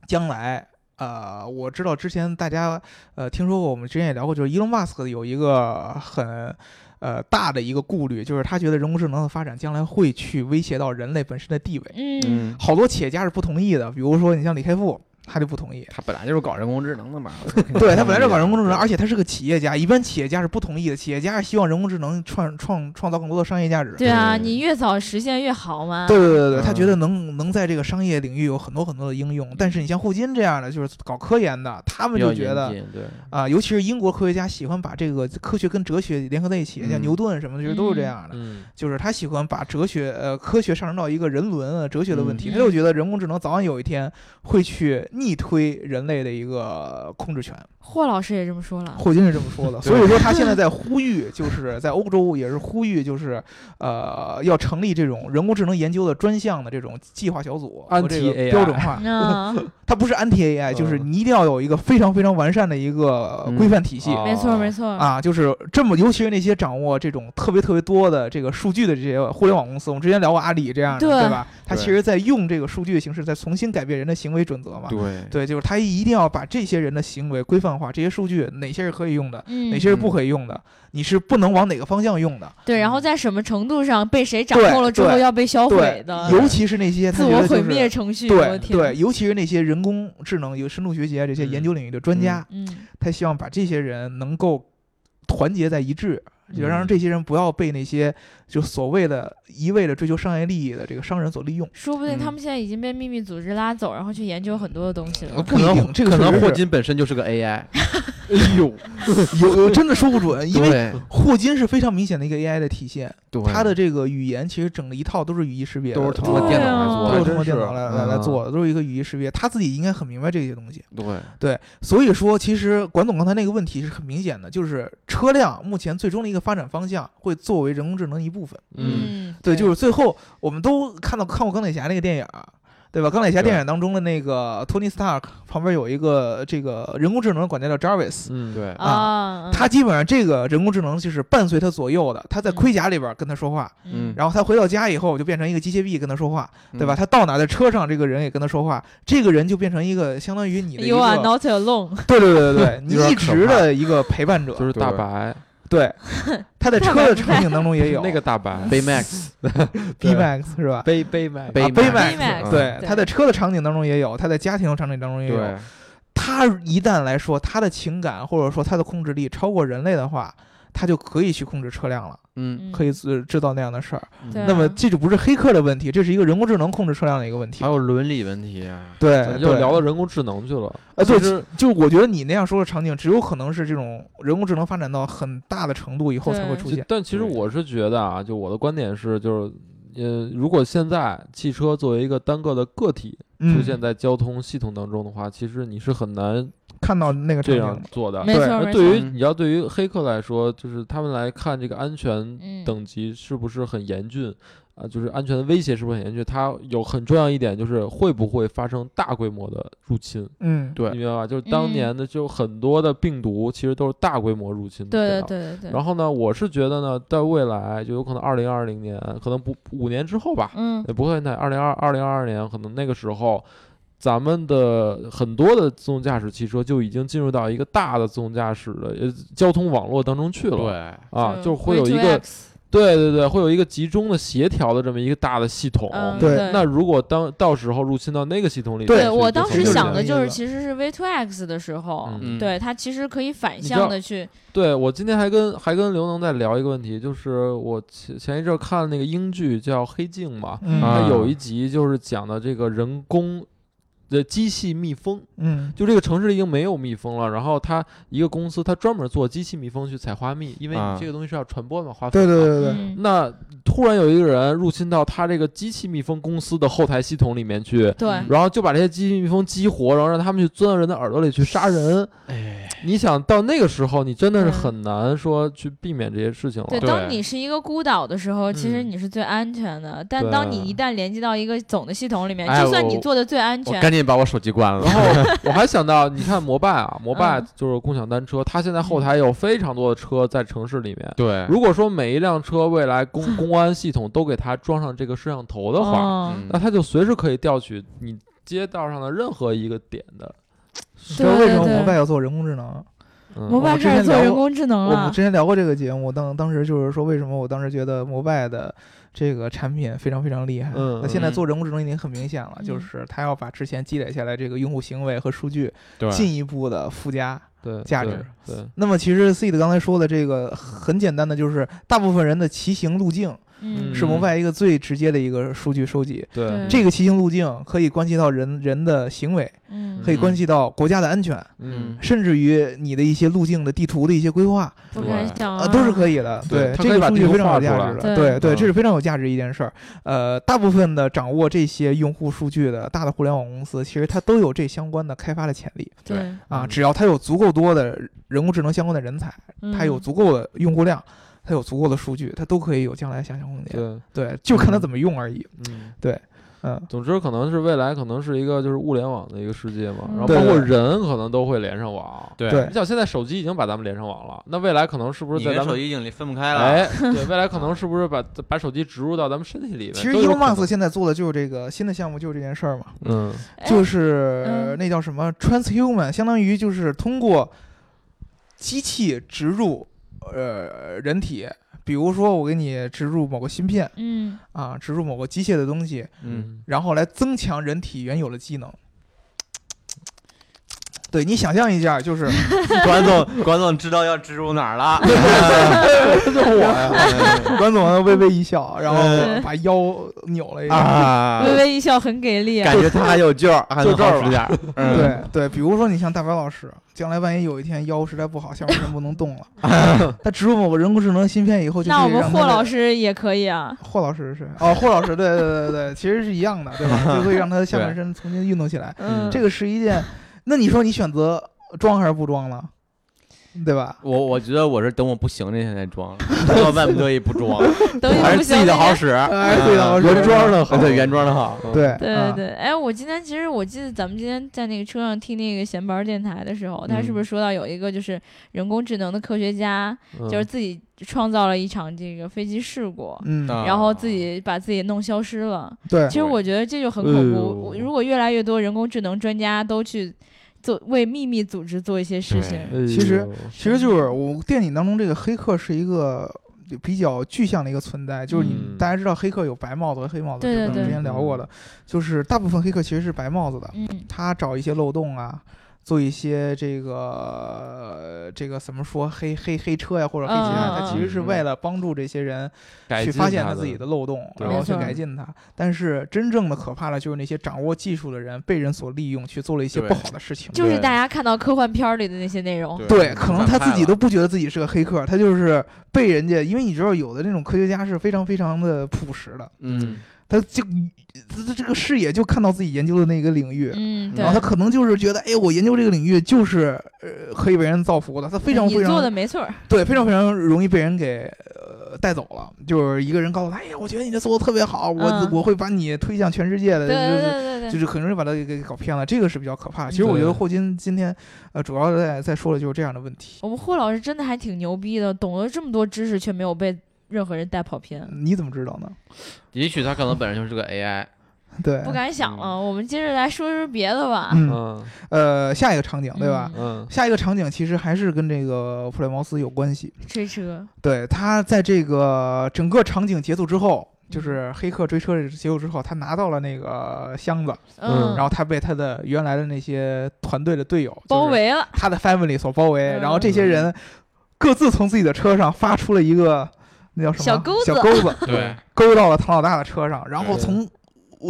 S2: 将来，呃，我知道之前大家呃听说过，我们之前也聊过，就是 Elon Musk 有一个很呃大的一个顾虑，就是他觉得人工智能的发展将来会去威胁到人类本身的地位。
S1: 嗯嗯，
S3: 嗯，
S2: 好多企业家是不同意的，比如说你像李开复，他就不同意。
S3: 他本来就是搞人工智能的嘛。
S2: (laughs)
S3: (laughs)
S2: 对他本
S3: 啊
S2: 来就搞人工智能，而且他是个企业家，一般企业家是不同意的，企业家是希望人工智能创创创造更多的商业价值。
S1: 对啊，
S3: 对
S1: 你越早实现越好嘛。
S2: 对对对对，他
S3: 嗯
S2: 觉得能能在这个商业领域有很多很多的应用，但是你像霍金这样的，就是搞科研的，他们
S3: 比较
S2: 就觉
S3: 严
S2: 得
S3: 谨对，
S2: 啊、尤其是英国科学家喜欢把这个科学跟哲学联合在一起，像
S3: 嗯
S2: 牛顿什么的，就是都是这
S1: 嗯
S2: 样的，
S5: 嗯，
S2: 就是他喜欢把哲学呃科学上升到一个人伦啊哲学的问题，
S1: 嗯
S2: 他就觉得人工智能早晚有一天会去逆推人类的一个控制权。
S1: 霍老师也这么说了，
S2: 霍金是这么
S1: (laughs)
S2: 说的，所以说他现在在呼吁，就是在欧洲也是呼吁，就是呃要成立这种人工智能研究的专项的这种计划小组和这个
S5: Anti-AI
S2: 标准化。
S1: 那
S2: 它不是 anti AI，就是
S5: 嗯
S2: 你一定要有一个非常非常完善的一个
S3: 嗯
S2: 规范体系。
S5: 啊
S1: 没错没错，
S2: 啊，就是这么，尤其是那些掌握这种特别特别多的这个数据的这些互联网公司，我们之前聊过阿里这样的，
S1: 对
S2: 对吧？它
S3: 对
S2: 其实在用这个数据的形式，在重新改变人的行为准则嘛。
S3: 对
S2: 对，就是它一定要把这些人的行为规范化，这些数据哪些是可以用的，
S1: 嗯
S2: 哪，些是不可以用的，你是不能往哪个方向用的。
S1: 对，然后在什么程度上被谁掌
S2: 对
S1: 控了之后
S2: 对
S1: 要被销毁
S2: 对
S1: 的，，
S2: 尤其是那些
S1: 自
S2: 他觉
S1: 我
S2: 得就
S1: 毁
S2: 是
S1: 灭程序，我
S2: 对
S1: 的天，
S2: 对，，尤其是那些人工智能、有深度学习啊这些研究领域的专家，
S1: 嗯，
S2: 他希望把这些人能够团结在一致，就让
S5: 嗯
S2: 这些人不要被那些就所谓的一味的追求商业利益的这个商人所利用。
S1: 说不定他
S3: 嗯
S1: 们现在已经被秘密组织拉走，然后去研究很多的东西
S3: 呃
S4: 哦
S1: 了。
S2: 不一定，这个
S3: 可
S2: 确
S3: 能
S2: 实
S3: 霍
S2: 是
S3: 金本身就是个 AI，
S5: 哎
S3: (laughs)
S5: 呦，
S2: 有 (laughs) 有真的说不准，因为
S3: 对
S2: 霍金是非常明显的一个 AI 的体现，
S3: 对
S2: 他的这个语言其实整了一套都是语义识别的，
S3: 都是通过
S1: 对
S3: 电脑来做
S1: 啊
S2: 都是
S3: 的，
S2: 通过
S5: 真
S2: 电
S5: 是
S2: 脑来来来
S3: 嗯
S2: 做的，都是一个语义识别。他自己应该很明白这些东西。
S3: 对
S2: 对，所以说其实管总刚才那个问题是很明显的，就是车辆目前最终的一个发展方向会作为人工智能一部分。
S5: 嗯，
S1: 嗯，
S2: 对，就是最后我们都看到看过钢铁侠那个电影儿。对吧？钢铁侠
S5: 对
S2: 电影当中的那个托尼·斯塔克旁边有一个这个人工智能管家叫 Jarvis，
S5: 嗯，
S3: 对，
S1: 啊，
S2: 他基本上这个人工智能就是伴随他左右的。他在
S1: 嗯
S2: 盔甲里边跟他说话，
S1: 嗯
S3: 嗯
S2: 然后他回到家以后就变成一个机械臂跟他说话，对
S3: 嗯？
S2: 吧？他到哪在车上，这个人也跟他说话，这个人就变成一个相当于你的一
S1: ，You are
S2: 个，
S1: not alone，
S2: (laughs) 对对对对对，你
S3: 有点
S2: 一
S3: 可
S2: 直
S3: 怕
S2: 的一个陪伴者
S5: 就。是大
S3: 对
S5: 白，
S2: 对，他在
S1: 大
S2: 车
S1: 白
S2: 的
S1: 不
S2: 场景当中也有
S5: 那个大白，
S3: Baymax
S2: B Max 是吧？
S5: 背背麦，
S3: Baymax
S2: Baymax，
S5: 嗯
S1: Baymax，
S2: 对，
S1: 对
S2: 他在车的场景当中也有，他在家庭的场景当中也有。
S3: 对，
S2: 他一旦来说他的情感或者说他的控制力超过人类的话，他就可以去控制车辆了，
S3: 嗯，
S2: 可以制制造那样的事儿。
S1: 嗯。
S3: 对
S2: 那么
S1: 对啊
S2: 这就不是黑客的问题，这是一个人工智能控制车辆的一个问题
S3: 还。有伦理问题啊，
S2: 对
S5: 哦咱，就
S2: 哎对
S5: 聊到人工智能去了。
S2: 啊，对，
S5: 其实
S2: 就我觉得你那样说的场景，只有可能是这种人工智能发展到很大的程度以后才会
S1: 对
S2: 出
S5: 其
S2: 现。
S5: 但其实
S3: 对
S5: 我是觉得啊，就我的观点是，就是呃，如果现在汽车作为一个单个的个体出
S2: 嗯，
S5: 现在交通系统当中的话，其实你是很难
S2: 看到那个场
S5: 这
S2: 景
S5: 样
S2: 了。
S5: 做的。
S1: 没
S2: 对
S1: 错
S5: 那
S1: 没错，
S5: 对于
S3: 嗯
S5: 你要对于黑客来说，就是他们来看这个安全
S1: 嗯，
S5: 等级是不是很严峻啊、就是安全的威胁是不是很严峻？它有很重要一点就是会不会发生大规模的入侵，
S2: 嗯，
S3: 对
S5: 你明白吧？就是当
S1: 嗯
S5: 年的就很多的病毒其实都是大规模入侵的，
S1: 对对。对对对，
S5: 啊然后呢，我是觉得呢，在未来就有可能二零二零年，可能不五年之后吧，
S1: 嗯
S5: 也不会在二零二二零二二年，可能那个时候，咱们的很多的自动驾驶汽车就已经进入到一个大的自动驾驶的呃交通网络当中去了。
S3: 对，
S5: 啊，就会有一个
S1: V2X
S5: 对对对，会有一个集中的协调的这么一个大的系统。
S1: 嗯
S2: 对
S1: 对
S5: 哦那如果当到时候入侵到那个系统里，
S2: 对
S5: 是
S1: 我
S5: 就
S1: 当
S5: 很
S1: 时
S5: 有
S1: 想
S5: 意
S1: 的
S5: 思
S1: 就是，
S2: 了
S1: 其实是 V2X 的时候，
S5: 嗯
S3: 嗯，
S1: 对它其实可以反
S5: 你知道
S1: 向的去，
S5: 对我今天还跟还跟刘能在聊一个问题，就是我前前一阵儿看那个英剧叫《黑镜》嘛，
S2: 嗯
S5: 它
S3: 啊
S5: 有一集就是讲的这个人工的机器蜜蜂，
S2: 嗯
S5: 就这个城市已经没有蜜蜂了，然后它一个公司它专门做机器蜜蜂去采花蜜，因为
S3: 啊
S5: 你这个东西是要传播嘛，花粉
S2: 对
S5: 嘛。
S2: 对对对对，
S1: 嗯，
S5: 那突然有一个人入侵到他这个机器蜜蜂公司的后台系统里面去，
S1: 对，
S5: 然后就把这些机器蜜蜂激活，然后让他们去钻到人的耳朵里去杀人。
S3: 哎，
S5: 你想到那个时候，你真的是
S1: 嗯
S5: 很难说去避免这些事情了。
S1: 对，
S3: 对
S1: 当你是一个孤岛的时候，其实
S5: 嗯
S1: 你是最安全的。但当你
S5: 对
S1: 一旦连接到一个总的系统里面，
S5: 哎
S1: 就算你
S5: 我
S1: 做的最安
S3: 我
S1: 全，
S3: 赶紧把我手机关了
S5: 然。后我还想到，你看摩
S1: (laughs)
S5: 拜啊，摩拜
S1: 嗯
S5: 就是共享单车，它现在后台有非常多的车在城市里面。
S3: 对，
S1: 嗯
S5: 如果说每一辆车未来公
S1: (laughs)
S5: 公安系统都给它装上这个摄像头的话，
S1: 哦
S3: 嗯
S5: 那它就随时可以调取你街道上的任何一个点的。
S2: 知道为什么
S1: 对对
S2: 摩拜要做人工智能啊？
S5: 嗯
S1: 摩
S2: 我
S1: 拜
S2: 们之
S1: 开始
S2: 前
S1: 做
S2: 聊
S1: 人
S2: 过
S1: 工智能啊
S2: 我们
S1: 了，
S2: 之前聊过这个节目，当当时就是说，为什么我当时觉得摩拜的这个产品非常非常厉害。
S5: 嗯
S2: 那现在
S3: 嗯
S2: 做人工智能已经很明显了，就是它要把之前积累下来这个用户行为和数据
S3: 对
S2: 进一步的附加。
S5: 对
S2: 价
S5: 对
S2: 值
S5: 对
S2: 那么其实 seed 刚才说的这个很简单的，就是大部分人的骑行路径
S1: 嗯，
S2: 是摩拜一个最直接的一个数据收集。
S5: 对
S1: 嗯
S2: 这个骑行路径可以关系到人人的行为，
S1: 嗯
S2: 可以关系到国家的安全，
S5: 嗯，
S2: 甚至于你的一些路径的地图的一些规划。
S1: 不敢
S3: 对
S1: 想
S2: 啊，都是可以的。
S5: 对它
S2: 这
S5: 可
S2: 个
S5: 以把
S2: 数
S5: 地
S2: 据
S5: 图
S2: 非常
S5: 画
S2: 有
S5: 出
S2: 价
S5: 来
S2: 值
S1: 对
S2: 的。对对，
S5: 嗯
S2: 这是非常有价值一件事儿。呃，大部分的掌握这些用户数据的大的互联网公司，其实它都有这相关的开发的潜力
S1: 对，
S2: 啊。
S5: 嗯
S2: 只要它有足够多的人工智能相关的人才，它有
S1: 嗯
S2: 足够的用户量。它有足够的数据，它都可以有将来下降空间。
S5: 对，
S2: 对，就看它怎么用而已。
S5: 嗯。
S2: 嗯，
S5: 总之，可能是未来可能是一个就是物联网的一个世界嘛，
S1: 嗯
S5: 然后
S2: 对
S5: 包括
S2: 对
S5: 人可能都会连上网。
S3: 对
S2: 对
S5: 你想现在手机已经把咱们连上网了，那未来可能是不是
S3: 你
S5: 在咱
S3: 跟
S5: 们
S3: 手机已经分不开了。
S2: (laughs)
S5: 哎，对，未来可能是不是把把手机植入到咱们身体里面？
S2: 其实
S5: 都有
S2: Elon
S5: 可能
S2: Musk 现在做的就是这个新的项目，就是这件事儿嘛，
S5: 嗯，
S1: 哎
S2: 就是
S1: 嗯
S2: 那叫什么 transhuman，相当于就是通过机器植入呃人体，比如说我给你植入某个芯片
S1: 嗯，
S2: 啊，植入某个机械的东西，
S5: (laughs)
S3: 嗯，
S2: 然后来增强人体原有的
S1: (laughs)
S2: 机能。对你想象一
S1: (laughs)
S2: 下，就是
S3: 管总，管总知道要植入哪儿了。
S2: 就是我呀，管总微微一笑，然后
S1: 嗯
S2: 把腰扭了一下。
S3: 啊
S1: 微微一笑很给力啊，
S3: 感觉他还有救儿，还能
S5: 就这儿
S3: 好使点儿。嗯，
S2: 对对，比如说你像大白老师，将来万一有一天腰实在不好，下半身不能动
S3: (laughs)
S2: 了，
S3: 嗯
S2: (laughs) 他植入某个人工智能芯片以后，就
S1: 那
S2: 可
S1: 我
S2: 以
S1: 们
S2: 让
S1: 霍
S2: 他的
S1: 老师也可以啊，
S2: 霍老师是谁哦，霍老师，对对对对对，其实是一样的，对吧？就可以让他的下半
S3: 对
S2: 身重新运动起来。
S1: 嗯，
S2: (laughs) 这个是一件，那你说你选择装还是不装了，对吧？
S3: 我我觉得我是等我不行那天再装，我万不得已不装，
S1: 等你
S3: 还
S1: 不
S3: 是自
S1: 行
S3: 己的
S1: 那
S3: 好
S1: 天
S3: 使，
S2: 还是自己的好使
S3: 嗯
S2: 原装的
S5: 好
S3: 对原装的好。嗯
S2: 对
S1: 对
S2: 啊
S1: 对对，哎，我今天其实我记得咱们今天在那个车上听那个闲班电台的时候，他是不
S2: 嗯
S1: 是说到有一个就是人工智能的科学家，
S5: 嗯
S1: 就是自己创造了一场这个飞机事故，
S2: 嗯，
S3: 啊
S1: 然后自己把自己弄消失了。
S2: 对
S1: (laughs) 其，实我觉得这就很
S5: 哎
S1: 恐
S5: 呦
S1: 怖。我如果越来越多人工智能专家都去做为秘密组织做一些事情，
S5: 哎
S2: 其实
S5: 呦
S2: 其实就是我电影当中这个黑客是一个。比较具象的一个存在，就是你、
S5: 嗯
S2: 大家知道黑客有白帽子和黑帽子，
S1: 对对
S2: 是吧我们
S1: 对
S2: 之前聊过的，就是大部分黑客其实是白帽子的，
S1: 嗯，
S2: 他找一些漏洞啊，做一些这个呃这个怎么说黑黑黑车呀、或者黑其
S1: 嗯嗯
S2: 他，
S1: 嗯
S2: 他其实是为了帮助这些人
S5: 改
S2: 去
S5: 进
S2: 发现
S5: 它
S2: 他自己
S5: 的
S2: 的漏洞，
S5: 对
S2: 然后
S1: 没
S2: 去
S1: 错
S2: 改进它。但是真正的可怕的就是那些掌握技术的人被人所利用，去做了一些
S3: 对
S2: 不好的事情。
S1: 就是
S3: 对
S1: 大家看到科幻片儿里的那些内容，
S2: 对，可能他自己
S3: 反派了
S2: 都不觉得自己是个黑客，他就是被人家，因为你知道，有的那种科学家是非常非常的朴实的，
S3: 嗯，
S2: 他就这这个视野就看到自己研究的那个领域，
S1: 嗯，对
S2: 然后，他可能就是觉得，哎，我研究这个领域就是呃可以为人造福的，他非常
S1: 你
S2: 非
S1: 做的
S2: 常
S1: 没错儿，
S2: 对，非常非常容易被人给呃带走了。就是一个人告诉他，哎呀，我觉得你这做的特别好，我、
S1: 嗯
S2: 我会把你推向全世界的，
S1: 对
S2: 呃就
S1: 对
S2: 是
S1: 对对
S2: 就
S1: 对，
S2: 是很容易把他给给搞偏了，这个是比较可怕的。其实我觉
S5: 对
S2: 得霍金今天呃主要在在说的就是这样的问题。
S1: 我们霍老师真的还挺牛逼的，懂了这么多知识却没有被任何人带跑偏，
S2: 你怎么知道
S1: (laughs)
S2: 呢？
S4: 也许他可能本身就是个 AI，
S2: 对
S1: 不，敢想了。我们接着来说说别的吧。
S2: 嗯，
S5: 嗯
S2: 呃，下一个场景对吧？
S1: 嗯
S5: 嗯
S2: 下一个场景其实还是跟这个普莱茅斯有关系。
S1: 追车，
S2: 对他在这个整个场景结束之后，
S1: 嗯
S2: 就是黑客追车这结束之后，他拿到了那个箱子，
S5: 嗯
S2: 然后他被他的原来的那些团队的队友
S1: 包，围了
S2: 就是，他的 family 所包围，
S1: 嗯
S2: 然后这些人各自从自己的车上发出了一个那叫什么
S1: 小钩子
S2: 小钩
S5: (laughs)
S2: 子
S4: 对，
S2: 勾到了唐老大的车上，然后
S5: 对
S2: 从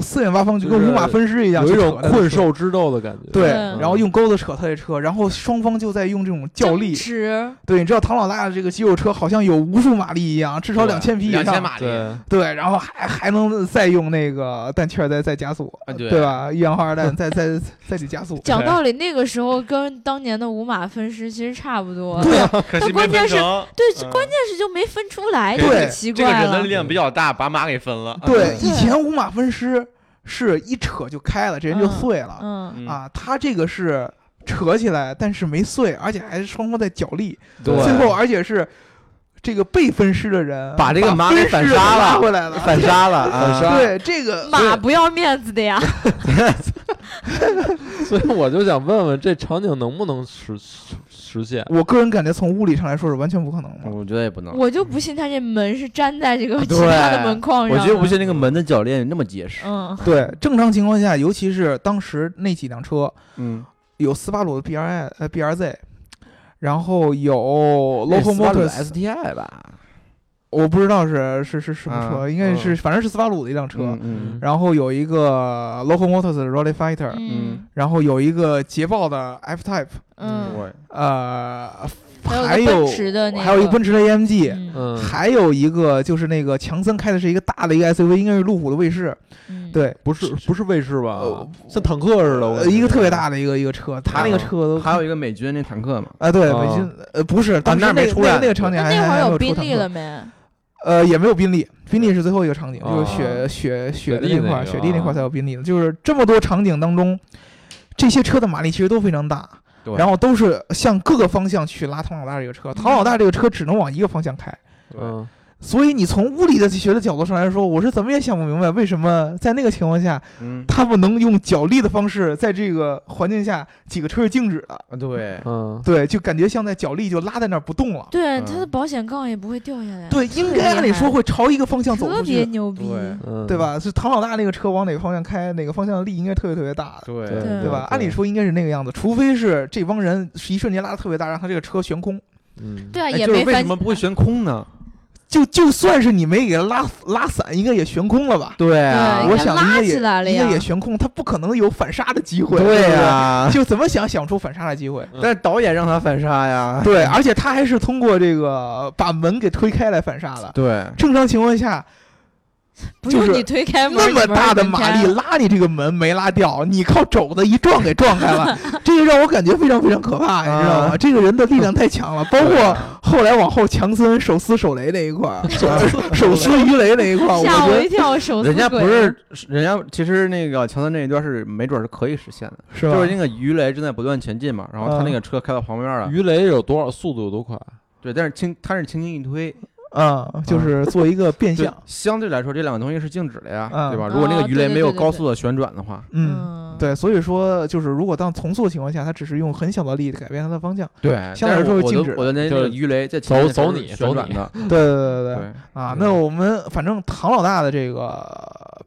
S2: 四面八方就跟
S5: 就是
S2: 五马分尸一样，
S5: 有一
S2: 去
S5: 种
S2: 扯他的
S5: 困
S2: 车。
S5: 兽之斗的感觉。
S2: 对，
S1: 嗯
S2: 然后用钩子扯他的车，然后双方就在用这种较
S1: 争
S2: 力。
S1: 执。
S2: 对，你知道唐老大的这个肌肉车好像有无数马力一样，至少两千匹以上。
S4: 啊两千马力，
S5: 对， (laughs)
S2: 对，然后还还能再用那个氮气儿再再加速，
S4: 啊对
S2: 对吧？一氧化二氮再再再去加速
S1: (laughs) 讲道理，那个时候跟当年的五马分尸其实差不多。
S2: 对啊，
S6: 可
S1: 惜
S6: 惜没
S1: 没分
S6: 分
S1: 成
S6: 成。
S1: 对，
S6: 嗯
S1: 关键是就没分出来，
S6: 对
S1: 就很奇
S6: 这个
S1: 怪
S6: 人
S3: 啊
S6: 的
S1: 了
S6: 力。量比较大，把马给分了。
S4: 嗯
S2: 对，
S1: 对
S2: 以前五马分尸是一扯就开了，这人就碎了、
S1: 嗯，
S6: 嗯，
S2: 啊。他这个是扯起来，但是没碎，而且还是双方在角力，
S5: 对
S2: 最后而且是这个被分尸的人
S3: 把这个马
S2: 分
S3: 给
S2: 尸
S3: 反
S2: 的人
S3: 杀
S2: 拉
S3: 了
S2: 回来了。
S3: 反杀了
S2: 呃
S3: 啊！
S2: 嗯对，这个
S1: 马不要面子的呀，
S5: 所以我就想问问，这场景能不能实实实现？
S2: 我个人感觉从物理上来说是完全不可能的。
S3: 我觉得也不能，
S1: (laughs) 我就不信他这门是粘在这个其
S3: 对
S1: 他的门框上
S3: 我
S1: 的。
S3: 觉得不信那个门的铰链那么结实。
S1: 嗯，
S2: 对，正常情况下，尤其是当时那几辆车，
S3: 嗯，
S2: 有斯巴鲁的 B R I 呃 B R Z，然后有 Loco
S3: 哎斯巴鲁
S2: Motors，
S3: STI 吧，
S2: 我不知道是是是什么车，
S3: 啊
S2: 应该是、反正是斯巴鲁的一辆车。
S3: 嗯
S2: 然后有一个 Loco Motors 的 Rally Fighter，、
S1: 嗯
S2: 然后有一个捷豹的 F Type，
S1: 嗯，
S2: 呃，
S1: 还
S2: 还
S1: 有一个
S2: 有
S1: 奔驰的那个
S2: 还有一个奔驰的 AMG，、
S1: 嗯
S5: 嗯，
S2: 还有一个就是那个强森开的是一个大的一个 SUV，应该是路虎的卫士，
S1: 嗯，
S2: 对，
S5: 不是不是卫士吧
S2: 呃？
S5: 像坦克似的，我
S2: 呃
S5: 感觉
S2: 一个特别大的一个一个车，他那个车都
S3: 还有一个美军那坦克嘛，
S2: 啊，对，
S5: 啊
S2: 北京呃不是，当时
S3: 那儿没
S2: 个
S3: 出
S2: 那
S3: 来
S2: 个那个场景
S1: 那
S2: 还，
S1: 那会
S2: 还
S1: 儿
S2: 还没
S1: 有
S2: 有
S1: 宾
S2: 出
S1: 利
S2: 坦克
S1: 了，没？
S2: 呃，也没有宾利，宾利是最后一个场景，
S5: 啊
S2: 就是雪雪雪的
S5: 雪
S2: 那
S5: 地
S2: 块
S5: 那
S2: 儿，
S5: 个
S2: 雪地那块儿
S5: 啊
S2: 才有宾利的，就是这么多场景当中，这些车的马力其实都非常大
S3: 对。
S2: 然后都是向各个方向去拉唐老大这个车，唐老大这个车只能往一个方向开，
S5: 嗯，
S2: 所以你从物理的学的角度上来说，我是怎么也想不明白，为什么在那个情况下，
S3: 嗯，
S2: 他们能用脚力的方式，在这个环境下几个车是静止的，
S3: 对，
S5: 嗯，
S2: 对，就感觉像在脚力就拉在那儿不动了。
S1: 对，
S3: 嗯
S1: 他的保险杠也不会掉下来。
S2: 对，应该按理说会朝一个方向走
S1: 特
S2: 出
S1: 别
S2: 去，
S1: 牛逼。
S3: 对
S5: 嗯
S2: 对？吧？是唐老大那个车往哪个方向开，哪个方向的力应该特别特别大的，
S3: 对
S1: 对
S2: 对吧？按理，说应该是那个样子，除非是这帮人是一瞬间拉的特别大，让他这个车悬空。
S5: 嗯，
S1: 对啊，
S3: 哎
S1: 也
S3: 就是
S1: 没
S3: 为
S1: 翻
S3: 什么不会悬空呢？
S2: 就就算是你没给他拉拉散，应该也悬空了吧？
S3: 对
S1: 啊
S3: 啊
S1: 对，应
S2: 我
S1: 该
S2: 想应
S1: 拉
S2: 该
S1: 起
S2: 也
S1: 来了
S2: 应
S1: 呀
S2: 该也悬空，他不可能有反杀的机会。
S3: 对啊
S2: 呀，
S3: 呀，
S2: 就怎么想想出反杀的机会？
S3: 但是导演让他反杀呀，
S2: (laughs) 对，而且他还是通过这个把门给推开来反杀的。
S3: 对，
S2: 正常情况下，
S1: 不
S2: 就
S1: 用
S2: 是
S1: 你推开门，
S2: 那么大的
S1: 你门儿就能开
S2: 马力
S1: 了，
S2: 拉你这个门没拉掉，你靠肘子一撞给撞开了，这个让我感觉非常非常可怕，你知道吗？
S3: 啊
S2: 这个人的力量太强了，包括后来往后强森手撕手雷那一块儿，
S1: (laughs)
S2: 手撕鱼雷那一块儿，我
S1: 吓
S2: 觉
S1: 我
S2: 得
S1: 一跳，手撕
S3: 人家
S1: 鬼
S3: 不是，啊人家其实那个乔丹那一段是没准是可以实现的，
S2: 是吧
S3: 就是那个鱼雷正在不断前进嘛，然后
S4: 嗯
S3: 他那个车开到旁边了，
S5: 鱼雷有多少速度有多快？
S3: 对，但是轻他是轻轻一推，
S2: 嗯，就是做一个变
S3: 对
S2: 相，，
S3: 相对来说这两个东西是静止的呀，
S2: 嗯
S3: 对吧？如果那个鱼雷没有
S1: 哦对对对对
S3: 高速的旋转的
S4: 啊
S3: 话，
S2: 嗯。，对，所以说就是，如果当从速的情况下，他只是用很小的力改变他的方向。
S3: 对，
S2: 相对来
S3: 但是
S2: 说
S3: 我
S2: 是静止的
S3: 我的我的那那个鱼雷在前面
S5: 走
S3: 是
S5: 走你
S3: 旋转的，
S2: 对对对对
S3: 对
S2: 啊！那我们反正唐老大的这个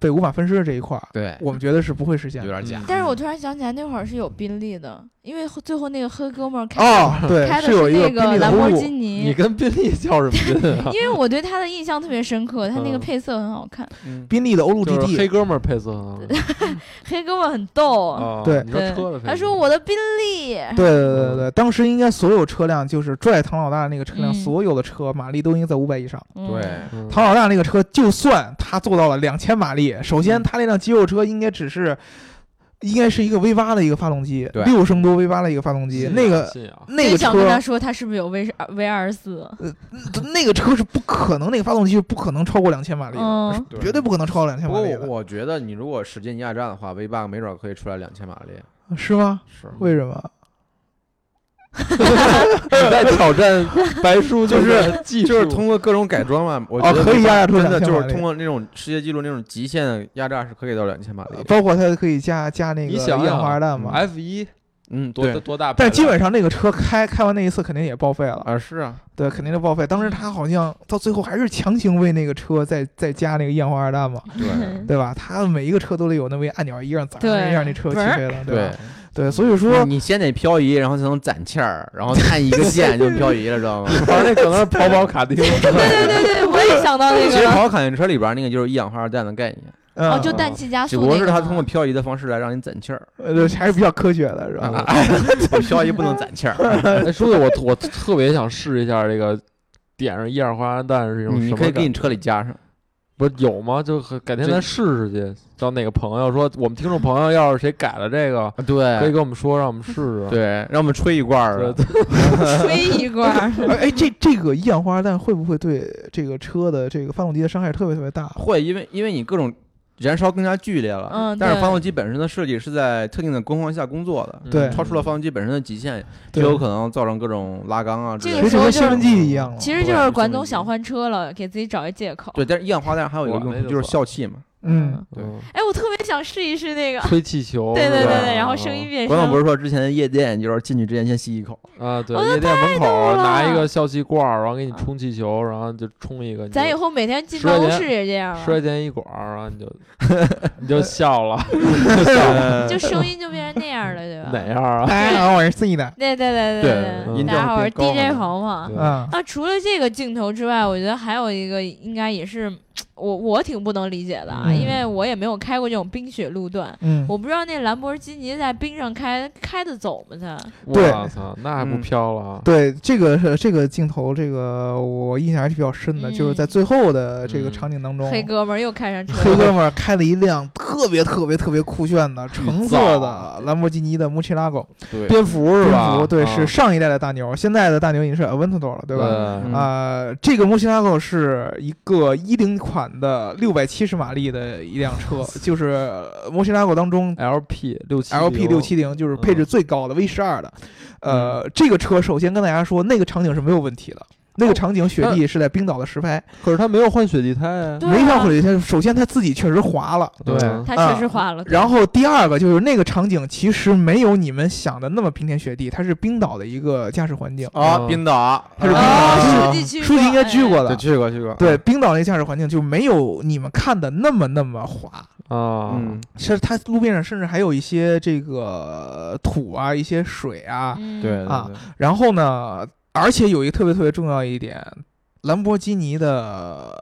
S2: 被五马分尸的这一块儿，
S3: 对，
S2: 我们觉得是不会实现
S3: 有
S2: 的。
S3: 点假
S5: 嗯。
S1: 但是我突然想起来，那会儿是有宾利的，因为最后那个黑哥们儿开、
S2: 哦，对，
S1: 开的
S2: 是有一
S1: 那
S2: 宾利
S1: 个
S2: 的
S1: 兰博
S2: 公
S1: 基
S2: 路，
S5: 你
S1: 尼，？
S5: 跟宾利叫什么 (laughs) 宾啊
S1: 因为我对他的印象特别深刻，他那个
S5: 嗯
S1: 配色很好看，
S6: 嗯，
S2: 宾利的欧陆
S5: 就是
S2: GT，
S5: 黑哥们儿配色很好看
S1: 黑哥们儿很逗。
S5: 啊
S2: 对
S5: 你说
S1: 对
S5: 车的配，色，
S1: 他说我的宾利，
S2: 对对对对，当时应该所有车辆就是拽唐老大那个车辆，
S1: 嗯
S2: 所有的车马力都应该在五百以上。
S1: 嗯
S4: 对，
S5: 嗯
S2: 唐老大那个车，就算他做到了两千马力，首先他那辆肌肉车应该只是，应该是一个 V 八的一个发动机，
S4: 对
S2: 六升多 V 八的一个发动机，
S5: 信
S2: 那
S5: 仰
S2: 个
S5: 信啊仰，
S2: 那个
S1: 真想跟他
S2: 车
S1: 说他是不是有 V 二 V 二十四，
S2: 那个车是不可能，那个发动机是不可能超过两千马力的，
S1: 嗯，
S2: 绝对不可能超过两千
S4: 不
S2: 马
S4: 过
S2: 力
S4: 我
S2: 的，
S4: 我觉得你如果使劲压榨的话，V 八没准儿可以出来两千马力。
S2: 是吗？
S5: 是
S2: 为什么？
S5: 你在挑战白叔，
S4: 就是
S5: 是技术，
S4: 就是通过各种改装嘛，我
S2: 哦
S4: 觉得
S2: 可以压榨出
S4: 真的
S2: 2000
S4: 就
S2: 马
S4: 是
S2: 力
S4: 通过那种世界纪录那种极限压榨是可以到两千马力
S2: 呃
S4: 的。
S2: 包括它可以加加那个
S5: 你想嗯
S2: 烟花弹嘛？
S5: F 一
S4: 嗯，
S5: 多
S4: 对
S5: 多大啊排量？
S2: 但基本上那个车开开完那一次肯定也报废了，
S4: 啊，是啊，
S2: 对，肯定是报废。当时他好像到最后还是强行为那个车再再加那个焰花二弹嘛，
S4: 对
S2: 对吧？他每一个车都得有那么一按钮，一让咋
S1: 对
S2: 让那车起飞了，对吧？
S4: 对，嗯
S2: 对，所以说
S4: 你你先得漂移，然后才能攒气儿，然后探一个线就漂移了，知
S5: (laughs)
S4: 道吗？
S5: 玩那可能是
S2: (laughs)
S5: 跑跑卡丁，
S1: 对对对，我也想到那
S4: 其实
S1: 个了，
S4: 跑卡丁车里边儿那个就是一氧化二氮的概念，
S1: 哦，
S2: 嗯，
S1: 就氮气加
S4: 只
S1: 速
S4: 不
S1: 那个
S4: 过
S1: 吗，
S4: 是它通过漂移的方式来让你攒气儿，
S2: 呃，还是比较科学的，是
S5: 啊
S4: (laughs) 嗯
S2: 吧？
S4: 漂移不能攒气儿。
S5: (laughs) 哎，说的我我特别想试一下这个点上一氧化铵氮
S2: 嗯
S5: 是一种什
S4: 你
S5: 么
S4: 可以给
S5: 感？
S4: 你车里加上，
S5: 不是有吗？就和改天咱试试去，找哪个朋友说我们听众朋友要是谁改了这个，可以
S4: 对
S5: 跟我们说，让我们试试。
S4: 哎对，让我们吹一罐儿
S5: 对，
S4: 吧，
S5: 对
S1: 吹一罐儿，
S2: 哎哎，这这个一氧化二氮会不会对这个车的这个发动机的伤害特别特别大？
S4: 会因为因为你各种燃烧更加剧烈了，
S1: 嗯
S4: 但是
S1: 对
S4: 发动机本身的设计是在特定的工况下工作
S5: 嗯
S4: 的，
S2: 对
S4: 超出了发动机本身的极限，就
S2: 对
S4: 有可能造成各种拉缸啊之类
S1: 这
S2: 其
S1: 个
S4: 的。
S2: 实
S1: 时候
S2: 跟
S1: 就
S2: 兴奋剂一样了。
S1: 其实就是管总想换车了，给自己找一借口。
S4: 对，但是一氧化氮还有一个
S5: 我那
S4: 用
S5: 就
S4: 途就是
S5: 算
S4: 笑气嘛。
S2: 嗯，
S4: 对
S5: 嗯
S1: 哎，我特别想试一试那个，
S5: 吹气球，
S1: 对对
S5: 是吧
S1: 对对，然后声音变
S4: 管总不
S1: 声，
S4: 是说之前夜店就是进去之前先吸一口，
S5: 啊，对
S1: 哦，那
S5: 夜店门口
S1: 了
S5: 拿一个笑气罐儿，然后给你充气球，然后就充一个，你
S1: 咱以
S5: 就
S1: 后每天进
S5: 十块
S1: 办公
S5: 钱
S1: 室也这样
S5: 摔
S1: 了，
S5: 进一管儿，然后
S4: (laughs)
S5: 你就你就笑了，
S1: 就声音就变成那样了，对吧？
S5: 哪样啊？
S2: 哎，我是 C (laughs) 的，
S1: 对对对
S4: 对
S1: 对
S5: 音
S1: 大家
S4: 调
S1: 好，我是
S4: 变高
S1: DJ
S4: 了
S1: 鹏鹏。
S5: 对
S2: 嗯，
S1: 啊，除了这个镜头之外，我觉得还有一个应该也是我我挺不能理解的啊，
S2: 嗯
S1: 因为我也没有开过这种冰雪路段，
S2: 嗯，
S1: 我不知道那兰博基尼在冰上开开得走吗？它
S2: 对
S5: 我操，那还不
S4: 嗯
S5: 飘了？啊
S2: 对，这个是这个镜头，这个我印象还是比较深的，就是在
S1: 嗯
S2: 最后的这个
S5: 嗯
S2: 场景当中，
S1: 黑哥们儿又开上车
S2: 哦黑哥
S1: 了，
S2: 们儿开了一辆特别特别特别酷炫的橙色的兰博基尼的 Murcielago
S4: 对
S2: 蝙蝠
S5: 是
S2: 蝙
S5: 吧
S2: 蝠对，
S5: 啊
S2: 是上一代的大牛，现在的大牛已经是 Aventador 了，对吧？
S4: 嗯
S2: 呃，这个 Murcielago 是一个一零款的六百七十马力的一辆 (laughs) 车，就是 Murcielago 当中
S5: LP 六七哦
S2: LP 六七零就是配置最高的 V 十二的，呃，这个车首先跟大家说，那个场景是没有问题的。那个场景雪地是在冰岛的实拍，
S5: 可是他没有换雪地胎啊。
S1: 对
S2: 没上
S1: 啊
S2: 火，车。首先它自己确实滑了，
S5: 对
S3: 对
S1: 他确实花了。
S2: 然后第二个就是那个场景其实没有你们想的那么冰天雪地，它是冰岛的一个驾驶环境，
S5: 啊
S4: 啊，冰岛，
S2: 它是冰
S1: 啊，书
S2: 岛
S1: 记去过，
S2: 书记应该去过
S4: 对，
S5: 哎
S2: 的。
S4: 去过去过，
S2: 对，冰岛那驾驶环境就没有你们看的那么那么滑，
S5: 啊，
S4: 嗯，
S2: 其实它路面上甚至还有一些这个土啊、一些水啊
S1: 哎，，嗯
S4: 对，对
S2: 啊，然后呢，而且有一个特别特别重要一点，兰博基尼的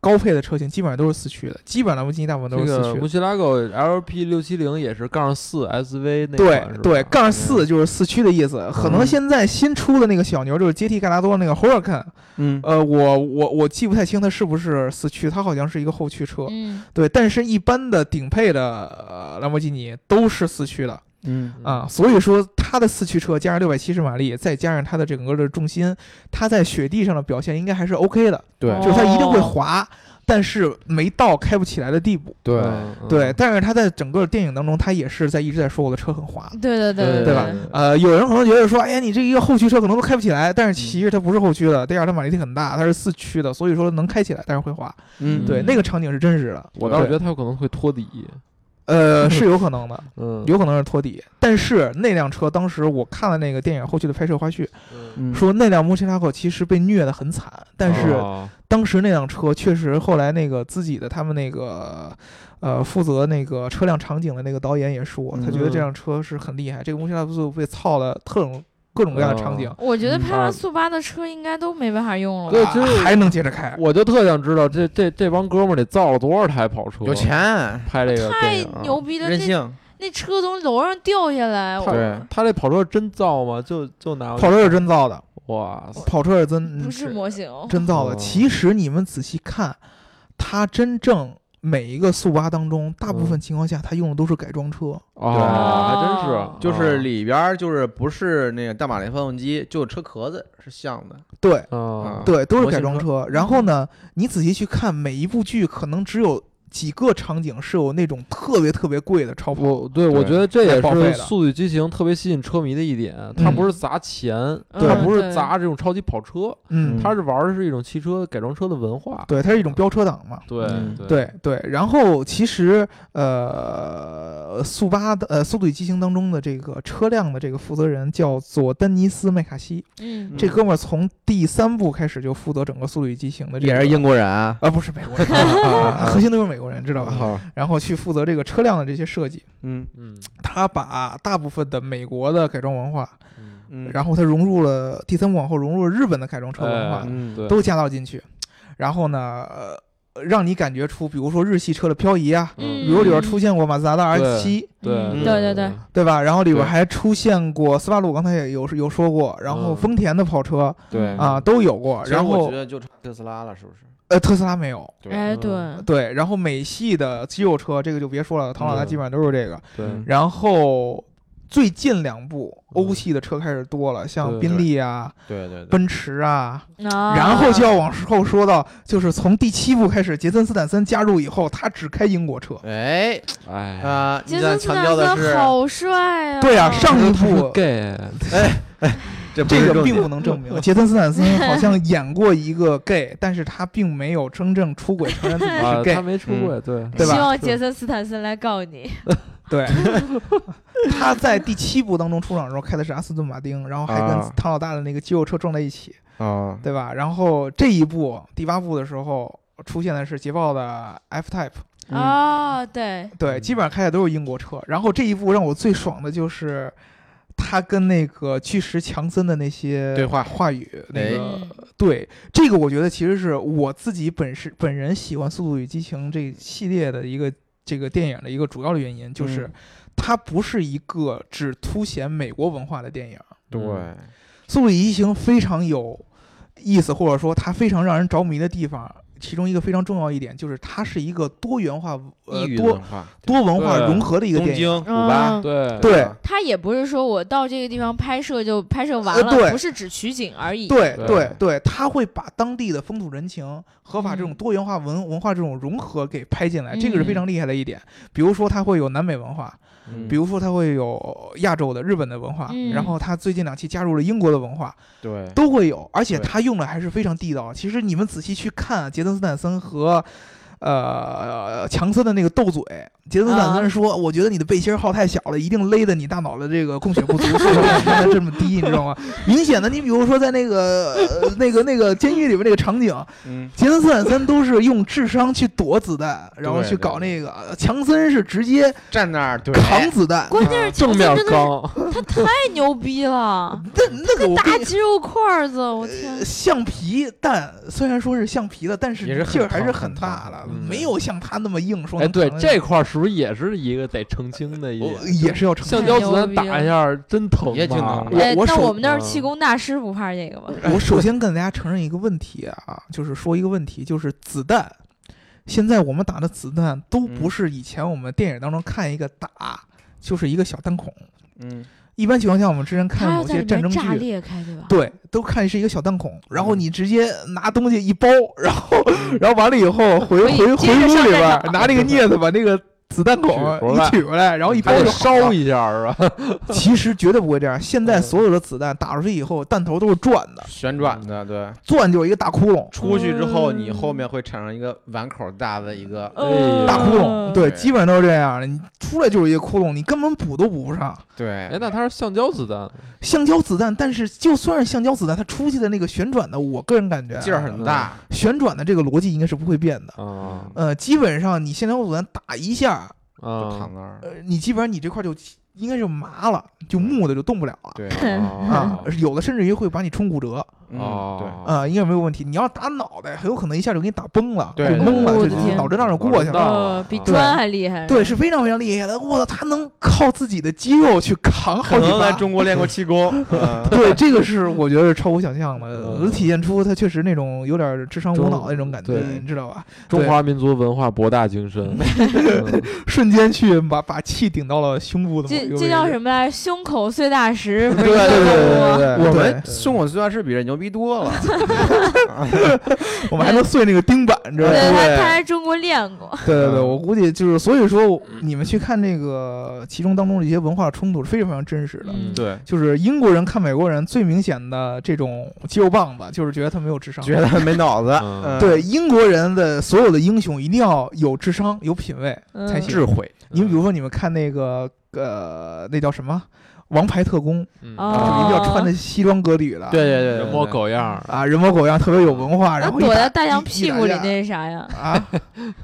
S2: 高配的车型基本上都是四驱的，基本上兰博基尼大部分
S5: 这
S2: 都是四
S5: 个
S2: 驱
S5: 穆
S2: 的。
S5: 西拉狗 LP 六七零也是杠四 SV 那款
S2: 对
S5: 是吧啊
S2: 对，杠四就是四驱的意思。可能
S5: 嗯
S2: 现在新出的那个小牛就是接替盖拉多那个 Huracan，
S4: 嗯，
S2: 呃，我我我记不太清它是不是四驱，它好像是一个后驱车。
S1: 嗯，
S2: 对，但是一般的顶配的呃兰博基尼都是四驱的，
S4: 嗯，
S2: 啊，，所以说它的四驱车加上六百七十马力，再加上它的整个的重心，它在雪地上的表现应该还是 OK 的，
S4: 对
S2: 就是它一定会
S1: 哦
S2: 滑，但是没到开不起来的地步。
S5: 对嗯
S2: 对，，但是它在整个电影当中，它也是在一直在说我的车很滑。
S1: 对对对
S5: 对
S2: 对吧呃，有人可能觉得说，哎呀，你这一个后驱车可能都开不起来，但是其实它不是后驱的，第二它马力很大，它是四驱的，所以说能开起来，但是会滑。
S4: 嗯，
S2: 对，那个场景是真实的，
S5: 我倒是觉得他有可能会托底，
S2: 呃，是有可能的，
S5: 嗯，
S2: 有可能是托底，但是那辆车当时我看了那个电影后续的拍摄花絮，
S5: 嗯
S3: 嗯
S2: 说那辆摩切拉口其实被虐得很惨，但是
S5: 啊
S2: 当时那辆车确实后来那个自己的他们那个呃负责那个车辆场景的那个导演也说，他觉得这
S5: 嗯
S2: 辆车是很厉害，这个摩切拉速被操了特种各种各样的场景，
S1: 我觉得
S5: 嗯
S1: 拍
S5: 啊
S1: 完速八的车应该都没办法用了吧。
S5: 对其实
S2: 啊还能接着开。
S5: 我就特想知道这这这帮哥们儿得造了多少台跑车，
S3: 有钱，
S5: 拍这个
S1: 太
S5: 电影啊
S1: 牛逼了！
S3: 任
S1: 那
S3: 性，
S1: 那车从楼上掉下来，我
S3: 对，
S5: 他这跑车真造吗？就就拿
S2: 跑车是真造的，
S5: 哇塞，
S2: 跑车是真
S1: 不是模型，
S2: 真造的。
S5: 哦
S2: 其实你们仔细看，它真正每一个速八当中，大部
S5: 嗯
S2: 分情况下它用的都是改装车。
S1: 哦
S5: 啊，还真是，
S6: 就是里边儿就是不是那个大马力发动机，就车壳子是像的。
S2: 对
S5: 啊，
S2: 对，都是
S6: 模
S2: 改
S6: 型
S2: 装车。然后呢，你仔细去看每一部剧，可能只有几个场景是有那种特别特别贵的超跑。
S5: 我对我觉得这
S2: 太
S5: 也是
S2: 报
S5: 《
S2: 废了
S5: 速度与激情》特别吸引车迷的一点，它不是砸钱，它
S1: 嗯
S5: 不
S1: 对
S5: 是砸这种超级跑车，
S2: 嗯，
S5: 它是玩的是一种汽车改装车的文化。
S2: 对，它是一种飙车党嘛。
S5: 对
S3: 嗯
S5: 对
S2: 对对，然后其实呃，速八的呃《速度与激情》当中的这个车辆的这个负责人叫做丹尼斯麦卡锡，
S1: 嗯，
S2: 这哥们儿从第三部开始就负责整个《速度与激情》的这个，
S3: 也是英国人啊，
S2: 啊，不是美国人啊，核心都是美国人，知道吧？
S4: 啊
S3: 好，
S2: 然后去负责这个车辆的这些设计，
S3: 嗯
S5: 嗯，
S2: 他把大部分的美国的改装文化，
S5: 嗯
S6: 嗯，
S2: 然后他融入了第三部往后融入了日本的改装车文化，
S5: 哎
S3: 嗯，
S5: 对，
S2: 都加到进去，然后呢，呃，让你感觉出，比如说日系车的漂移啊，
S5: 嗯
S2: 比如里边出现过马自达的 R 七，
S5: 对
S1: 嗯对对对
S2: 对吧？然后里边
S5: 对
S2: 还出现过斯巴鲁，我刚才也有有说过，然后
S5: 嗯
S2: 丰田的跑车、
S3: 对
S2: 啊都有过，
S6: 其实
S2: 然
S6: 我
S2: 后
S6: 觉得就特斯拉了，是不是？
S2: 呃特斯拉没有，
S6: 对
S1: 哎
S5: 嗯
S1: 对，
S2: 对，然后美系的肌肉车这个就别说了，唐老大
S5: 嗯
S2: 基本上都是这个，
S5: 对
S3: 嗯
S2: 然后。最近两部
S5: 嗯
S2: 欧系的车开始多了，像
S5: 对
S2: 宾利啊、
S6: 对对对，
S2: 奔驰啊，
S1: 然
S2: 然后就要往后说到，就是从第七部开始，杰森斯坦森加入以后，他只开英国
S4: 嗯
S2: 车。
S6: 哎
S5: 哎，
S6: 啊，你
S1: 杰
S6: 在
S1: 森斯
S6: 强
S1: 坦
S6: 调的
S1: 森
S6: 是，
S1: 好帅啊！
S2: 对啊，上一
S5: 他是
S2: 部
S5: gay，
S6: 这不
S2: 这
S6: 是
S2: 个
S6: 正
S2: 并不能证明，杰森斯坦森好像演过一个 gay，但是他并没有真正出轨承认自己
S5: (laughs)
S2: 是，
S5: 啊他
S2: gay，
S5: 没出
S3: 嗯
S5: 轨，对
S2: 对吧
S1: 希望杰森斯坦森来告你。
S2: 对。他在第七部当中出场的时候开的是阿斯顿马丁，然后还跟
S3: 啊
S2: 唐老大的那个肌肉车撞在一起，
S3: 啊，
S2: 对吧？然后这一部第八部的时候出现的是捷豹的 F Type，
S3: 嗯
S1: 啊，对，
S2: 对，
S5: 嗯
S2: 基本上开的都是英国车。然后这一部让我最爽的就是他跟那个巨石强森的那些
S3: 对话
S2: 话语，那
S3: 哎
S2: 个、
S1: 嗯
S2: 对这个，我觉得其实是我自己本是本人喜欢《速度与激情》这系列的一个这个电影的一个主要的原因，就是
S3: 嗯
S2: 它不是一个只凸显美国文化的电影，
S3: 对，
S5: 嗯
S2: 《速度与激情》非常有意思，或者说它非常让人着迷的地方。其中一个非常重要一点就是，它是一个多元化、呃
S6: 异域
S2: 多
S6: 文化，
S2: 多文化
S5: 对
S2: 融合的一个
S6: 东
S2: 电影。
S6: 京、古巴，
S1: 嗯，
S5: 对
S2: 对
S6: 吧
S1: 他也不是说我到这个地方拍摄就拍摄完
S2: 呃对
S1: 了，不是只取景而已。
S2: 对
S5: 对
S2: 对对，他会把当地的风土人情、合法这种
S1: 嗯
S2: 多元化文文化这种融合给拍进来，这个是
S1: 嗯
S2: 非常厉害的一点。比如说，它会有南美文化，
S3: 嗯
S2: 比如说它会有亚洲的、日本的文化，
S1: 嗯
S2: 然后它最近两期加入了英国的文化，
S3: 对，
S2: 都会有，而且
S3: 对
S2: 它用的还是非常地道。其实你们仔细去看啊杰森斯坦森和。呃，强森的那个斗嘴，杰森斯坦森
S1: 啊
S2: 说：“我觉得你的背心儿号太小了，一定勒得你大脑的这个供血不足，所以你现在这么低，你知道吗？ (laughs) 明显的，你比如说在那个、呃、那个那个监狱里面那个场景，
S6: 嗯，
S2: 杰森斯坦森都是用智商去躲子弹，然后
S3: 对
S2: 去
S3: 对
S2: 搞那个，呃强森是直接
S6: 站那儿对
S2: 扛子弹，
S1: 关键是
S2: 嗯
S1: 强
S5: 正
S1: 森
S5: 面
S2: (laughs)
S1: 真的是
S5: 刚，
S1: 他太牛逼了，
S2: 那那个我跟
S1: 大
S2: 你
S1: 肌肉块子，我天！
S2: 橡皮弹虽然说是橡皮的，但是
S3: 也是很
S2: 劲儿还是
S3: 疼
S2: 很
S3: 很
S2: 大
S3: 疼
S2: 的，
S5: 嗯
S2: 没有像他那么硬说
S5: 哎，
S2: 能
S5: 对
S2: 扛得
S5: 这块儿是不是也是一个得澄清的一
S2: 我
S5: 点？
S2: 也是要承
S5: 橡 (laughs)
S2: 担。
S5: 胶子弹打一下儿真疼吧，
S3: 也挺疼
S2: 我
S1: 哎，
S2: 我
S1: 但
S2: 手哎
S1: 我们那儿
S5: 嗯
S1: 气功大师不怕这个吧？
S2: 我首先跟大家承认一个问题啊，就是说一个问题，就是子弹。现在我们打的子弹都不
S6: 嗯
S2: 是以前我们电影当中看一个打，就是一个小弹孔。
S6: 嗯，
S2: 一般情况下，我们之前看
S1: 他要
S2: 某
S1: 在
S2: 些
S1: 里
S2: 战
S1: 面
S2: 争
S1: 炸
S2: 剧，
S1: 裂开，对吧？
S2: 对，都看是一个小弹孔，然后
S5: 嗯
S2: 你直接拿东西一包，然后然后完了以后回
S1: 回
S2: 回
S1: 接着
S2: 回屋
S1: 上战
S2: 里边
S1: 场
S5: (laughs)
S2: 拿那个镊子把那个子弹孔
S5: 取回来嗯
S2: 一取回来，然后一包
S5: 还得
S2: 就好了
S5: 烧一嗯下啊是吧？
S2: 其实绝对不会这样。现在所有的子弹打出去以后，弹头都是转的，
S6: 旋转的，对，
S2: 钻就是一个大窟窿，
S6: 出去之后你后面会产生一个碗口大的一个，
S5: 哎
S2: 大窟
S1: 呃
S2: 窿。对，
S6: 对
S2: 基本上都是这样的。你出来就是一个窟窿，你根本补都补不上。
S6: 对
S5: 哎，，那它是橡胶子弹，
S2: 橡胶子弹，但是就算是橡胶子弹，它出去的那个旋转的，我个人感觉啊
S6: 劲儿很大，
S2: 旋转的这个逻辑应该是不会变的。
S5: 啊
S2: 呃，基本上你橡胶子弹打一下，
S6: 就
S5: 啊
S6: 躺那儿，
S2: 呃，你基本上你这块就应该就麻了，就木的就动不了了。
S6: 对，
S2: 啊
S5: 啊，
S2: 有的甚至于会把你冲骨折，
S6: 嗯，对。
S5: 啊，
S2: 啊，应该没有问题。你要打脑袋，很有可能一下就给你打崩了，
S6: 对
S2: 给
S6: 对
S2: 蒙了，
S1: 对
S2: 就
S1: 对对
S2: 脑震荡就过去
S5: 脑震荡
S2: 了。
S1: 呃，比
S5: 对
S1: 砖还厉害。
S2: 对，是非常非常厉害的。我操，他能靠自己的肌肉去扛好
S6: 可
S2: 几
S6: 能来
S2: 发。
S6: 中国练过气 (laughs) 功，嗯
S2: 对，这个是我觉得是超乎想象的，
S5: 嗯
S2: 体现出他确实那种有点智商无
S5: 中
S2: 脑的那种感觉，
S5: 对
S2: 你知道吧？
S5: 中华民族文化博大精深，嗯
S2: 瞬间去把把气顶到了胸部的某
S1: 这
S2: 一个位置。
S1: 这叫什么来？胸口碎大石。
S6: 对对对
S2: 对对对
S6: 我
S2: 对
S6: 们胸口碎大石比这牛逼多了，
S2: 我们还能碎那个钉板，你知道
S1: 对
S2: 吗？
S1: 他他来中国练过。
S2: (laughs) 对对对，我估计就是，所以说
S1: 嗯
S2: 你们去看这个其中当中的一些文化冲突是非常非常真实的。
S1: 嗯，
S6: 对，
S2: 就是英国人看美国人最明显的这种肌肉棒子，就是觉得他没有智商。
S6: 觉得没脑子，
S5: 嗯
S6: 嗯
S2: (laughs) 对英国人的所有的英雄一定要有智商、有品位
S1: 嗯
S2: 才行。
S6: 智慧，
S2: 你比如说，你们看那个呃，那叫什么《王牌特工》，
S5: 嗯
S2: 就
S1: 哦
S2: 一定要穿的西装革履的，
S6: 对对对，
S5: 人
S6: 对
S5: 模狗样儿，
S2: 啊，人模狗样，特别有文化，
S1: 那
S2: 然后一
S1: 躲在
S2: 打
S1: 大
S2: 一
S1: 象
S2: 一
S1: 屁
S2: 打
S1: 股里
S2: 架
S1: 那是啥呀？ (laughs)
S2: 啊，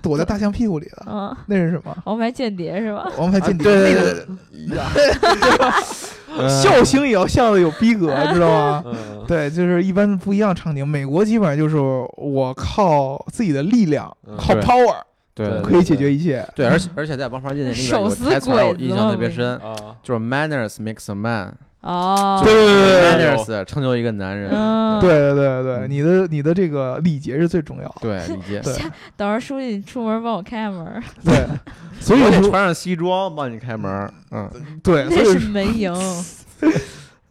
S2: 躲在大象屁股里的，
S1: 嗯，
S2: 那是什么？
S1: 王牌间谍是吧？
S2: 王牌间谍，
S6: 对
S2: 那
S6: 对
S2: 个 (laughs) 笑星也要笑的有逼格，知道吗？
S5: 嗯
S2: 哎 (laughs) 对，就是一般不一样场景。美国基本上就是我靠自己的力量，
S5: 嗯
S2: 靠
S6: 对
S2: power
S6: 对对，
S2: 可以解决一切。
S6: 对，而且而且在《王牌间谍》里边
S1: 手
S6: 有
S1: 撕
S6: 个台词儿我
S1: 鬼子
S6: 印象
S1: 嘛
S6: 特别
S1: 不是
S6: 深，
S5: 啊，
S6: 就是 manners makes a man，
S1: 哦，
S2: 对对
S5: 对
S6: ，manners 成就一个男人，
S1: 嗯，
S2: 对对对对，你的你的这个礼节是最重要的。
S6: 对，理解。
S2: 对
S1: 等会儿书记你出门帮我开下门，
S2: 对，所以
S6: 我得
S2: 说
S6: 穿上西装帮你开门儿，嗯，
S2: 对，哎所
S1: 那
S2: 以
S1: 是
S2: 说
S1: 没
S2: (laughs)
S1: 赢。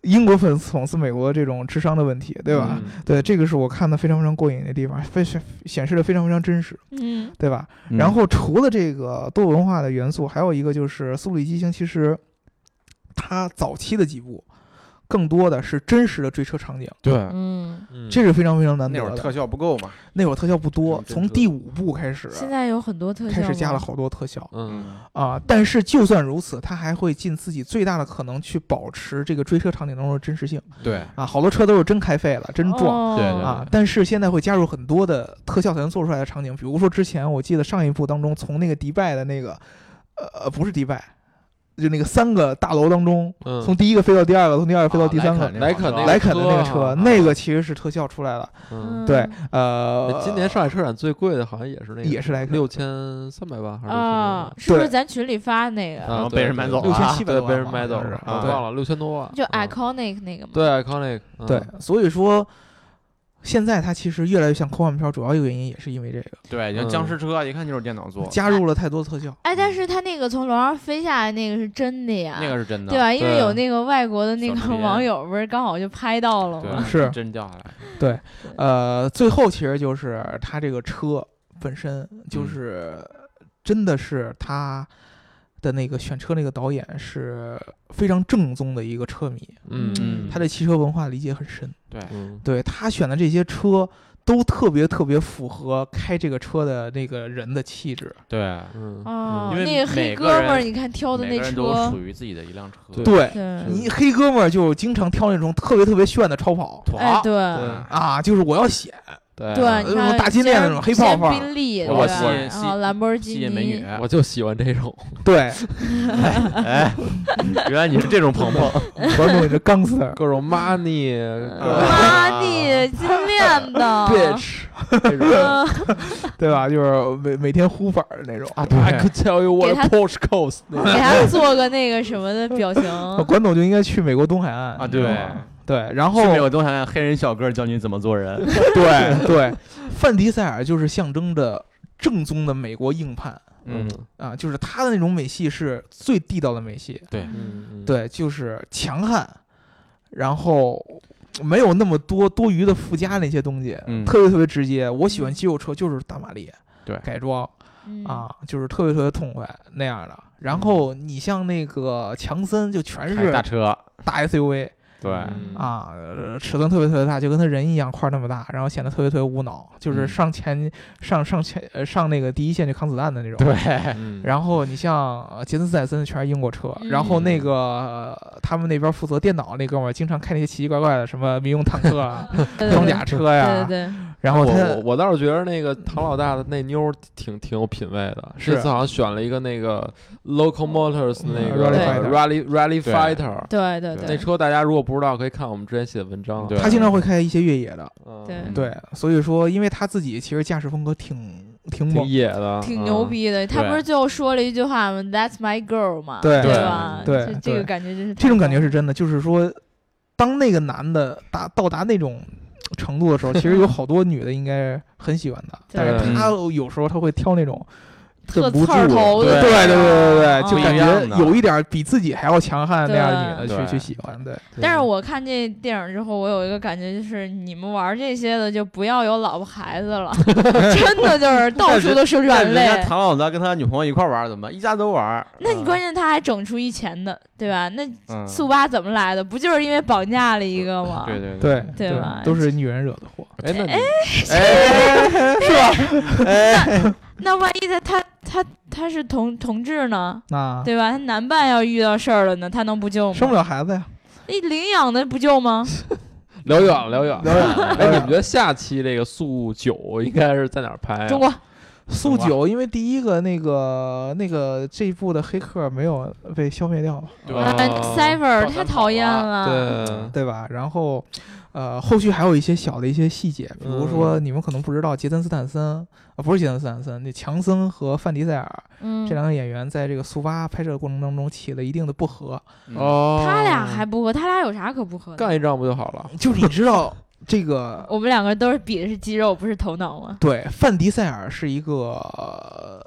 S2: 英国粉丝讽刺美国这种智商的问题，对吧？
S5: 嗯？
S2: 对，这个是我看的非常非常过瘾的地方，非显显示的非常非常真实，
S1: 嗯
S2: 对吧？然后除了这个多文化的元素，还有一个就是《速度与激情》，其实它早期的几部更多的是真实的追车场景，
S6: 对，
S1: 嗯，
S5: 嗯
S2: 这是非常非常难得
S6: 那会儿
S2: 的。
S6: 特效不够嘛，
S2: 那会儿特效不多，
S6: 嗯真
S2: 从
S6: 的
S2: 第五部开始，
S1: 现在有很多特效
S2: 啊开始加
S1: 吗
S2: 了好多特效
S5: 嗯，
S2: 啊、但是就算如此，它还会尽自己最大的可能去保持这个追车场景当中的真实性
S6: 对，
S2: 啊。好多车都是真开废了，真撞。
S1: 哦
S6: 对对
S2: 啊，但是现在会加入很多的特效才能做出来的场景，比如说之前我记得上一部当中，从那个迪拜的那个，呃，不是迪拜，就那个三个大楼当中，
S5: 嗯
S2: 从第一个飞到第二个，从第二个飞到第三个，
S6: 啊
S5: 莱肯那个
S2: 莱肯的那个
S5: 车
S2: 车
S5: 啊，
S2: 那个其实是特效出来了。
S5: 嗯，
S2: 对，呃，
S5: 今年上海车展最贵的好像也是那个，
S2: 也是莱肯，
S5: 六千三百万还是
S1: 啊，是
S2: 对
S1: 不是咱群里发的那
S5: 啊
S1: 个
S6: 然后
S5: 对
S6: 被人买走
S5: 对
S2: 六
S6: 了
S2: 千
S6: 啊，
S2: 七百
S5: 对
S2: 多
S5: 被
S2: 万
S5: 人
S2: 吧
S5: 买走了，
S2: 好像
S5: 我
S6: 啊
S2: 是
S5: 忘了六千多万，
S1: 就
S5: 嗯
S1: iconic 那个吗？
S5: 对 iconic，嗯
S2: 对，所以说。现在它其实越来越像科幻片儿，主要一个原因也是因为这个
S6: (laughs) 对，像僵尸车一看就是电脑做，
S1: 嗯
S2: 加入了太多特效。
S1: 哎，但是他那个从楼上飞下来那个是真的呀，
S6: 那个是真的，啊
S1: 对啊吧？因为
S5: 对
S1: 有那个外国的那
S6: 小
S1: 个
S6: 视频
S1: (laughs) 网友不是刚好就拍到了吗？
S6: 对，
S2: 是
S6: 真掉下来，
S2: 呃，最后其实就是他这个车本身就是真的是他的那个选车那个导演是非常正宗的一个车迷，
S5: 嗯
S1: 嗯
S2: 他对汽车文化理解很深，
S6: 对，
S5: 嗯
S2: 对他选的这些车都特别特别符合开这个车的那个人的气质。
S6: 对，
S5: 嗯
S6: 啊
S1: 哦，
S6: 因为
S1: 那个黑
S6: 每个
S1: 哥们儿，
S6: 人
S1: 你看挑的
S6: 每
S1: 那
S6: 个人都有
S1: 车
S6: 属，于自己的一辆车，
S5: 对
S2: 对，
S1: 对，
S2: 你黑哥们儿就经常挑那种特别特别炫的超跑。
S1: 哎，对，
S2: 啊，就是我要显，
S5: 对
S6: 啊
S1: 对，啊你
S2: 呃
S1: 看
S2: 大金链子那种黑泡
S1: 先
S2: 泡
S1: 宾利，
S5: 我
S1: 对吧
S5: 吸引
S1: 然
S6: 吸
S1: 后兰博基
S6: 吸
S1: 尼，
S6: 引美女，
S5: 我就喜欢这种，
S2: (laughs) 对，
S6: 哎，原来你是这种鹏
S1: (laughs)
S6: 鹏，
S2: 我是你这钢丝 (laughs) 儿，
S5: 各种 money，
S1: 妈
S2: (laughs)
S1: 你金链子啊
S5: bitch，
S1: (laughs) 嗯
S2: 对吧？就是每每天呼粉儿那种啊，
S5: I could tell you what
S1: 给他
S5: Porsche costs，那
S1: 给
S5: 个
S1: 他做个那个什么的表
S2: (laughs)
S1: 情，
S2: 管啊总就应该去美国东海岸
S6: (laughs) 啊
S2: 你知道
S6: 对
S2: 吗对，然后
S6: 后
S2: (laughs)
S6: 面我都想让黑人小哥教你怎么做 (laughs) 人，
S2: 对对，范迪塞尔就是象征着正宗的美国硬汉
S5: 嗯
S2: 啊，就是他的那种美系是最地道的美系，
S6: 对
S5: 嗯嗯，
S2: 对，就是强悍，然后没有那么多多余的附加那些东西，
S6: 嗯
S2: 特别特别直接。我喜欢肌肉车就是大马力，
S6: 对
S2: 改装。
S1: 嗯，
S2: 啊，就是特别特别痛快那样的。然后你像那个强森，就
S6: 嗯
S2: 全
S3: 开
S2: 是
S3: 大车，
S2: 大 SUV
S3: 对，
S5: 嗯
S2: 啊，呃尺寸特别特别大，就跟他人一样块儿那么大，然后显得特别特别无脑，就是
S3: 嗯
S2: 上前上上前呃上那个第一线去扛子弹的那种。
S3: 对，
S2: (laughs)
S5: 嗯
S2: 然后你像呃杰森斯坦森全是英国车，
S1: 嗯
S2: 然后那个呃他们那边负责电脑那哥们儿经常开那些奇奇怪怪的什么民用坦克啊、
S1: (laughs) 对对
S2: 装
S1: 对
S2: 甲车呀，
S1: 对对对，
S2: 然后
S5: 我
S2: 他
S5: 我我倒是觉得那个唐老大的那妞儿挺挺有品位的，
S2: 是
S5: 这次好像选了一个那个 Local Motors
S2: 嗯
S5: 那个 Rally Rally
S3: 对
S5: Fighter，
S1: 对对
S5: 那
S1: 对，
S5: 车大家如果不知道，可以看我们之前写的文章啊。
S3: 对
S2: 他经常会开一些越野的，
S5: 嗯
S1: 对
S2: 对，所以说因为他自己其实驾驶风格挺挺
S5: 挺
S2: 猛，
S5: 野的，
S1: 挺牛
S5: 嗯。
S1: 逼的。他不是最后说了一句话吗？That's my girl 嘛，
S2: 对
S1: 吧？
S2: 对
S1: 这
S2: 对
S1: 这个感觉真是
S2: 这种感
S1: 太
S2: 觉是真的，就是说当那个男的达到达那种。程度的时候，其实有好多女的应该很喜欢他，但是
S5: 对
S2: 他有时候他会挑那种
S1: 特
S2: 忍不
S1: 刺儿
S2: 住
S1: 头的
S2: 对
S1: 那
S2: 对对对对，
S1: 种
S2: 就
S1: 啊
S2: 感
S3: 不一样
S2: 觉
S3: 的
S2: 有一点比自己还要强悍那样的
S3: 对
S2: 女的去去
S3: 对
S2: 喜欢，对，
S5: 对
S1: 但是我看这电影之后，我有一个感觉，就是你们玩这些的就不要有老婆孩子
S2: (laughs)
S1: 了， (laughs) 真的就是到处都是
S6: 但
S1: 软
S6: 人家
S1: 肋。
S6: 唐老大跟他女朋友一块玩儿怎么办？一家都玩儿。
S4: 嗯
S1: 那你关键他还整出一钱的，对吧？那
S6: 嗯
S1: 速八怎么来的？不就是因为绑架了一个吗？
S3: 对对
S2: 对
S1: 对吧
S2: 都是女人惹的祸。
S5: 哎，那你
S1: 那万一他他他他是同同志呢，
S2: 那
S1: 对吧？他男伴要遇到事儿了呢，他能不救
S2: 啊生
S1: 吗？
S2: 不了孩子呀，
S1: 那领养的不救吗？
S5: 聊远了，聊远了。
S2: 聊远了
S5: 哎，你们觉得下期这个速九应该是在哪儿
S2: 哎
S5: 拍啊？
S1: 中国
S2: 速九，因为第一个那个那个这一部的黑客没有被消灭掉嘛， (laughs)
S5: 对
S6: (laughs)
S1: 啊
S6: 哦
S5: 吧
S1: c y p h e r 太讨厌了。
S5: 对，
S2: 对吧？然后，呃，后续还有一些小的一些细节，比如说你们可能不知道，杰森斯坦森啊、不是杰森斯坦森，那强森和范迪塞尔
S1: 嗯
S2: 这，两个演员在这个速八拍摄过程当中起了一定的不和，
S5: 哦，
S1: 他俩还不合，他俩有啥可不合的？
S5: 干一仗不就好了？
S2: (laughs) 就是你知道 (laughs) 这个。
S1: 我们两个都是比的是肌肉，不是头脑啊吗？
S2: 对，范迪塞尔是一个、呃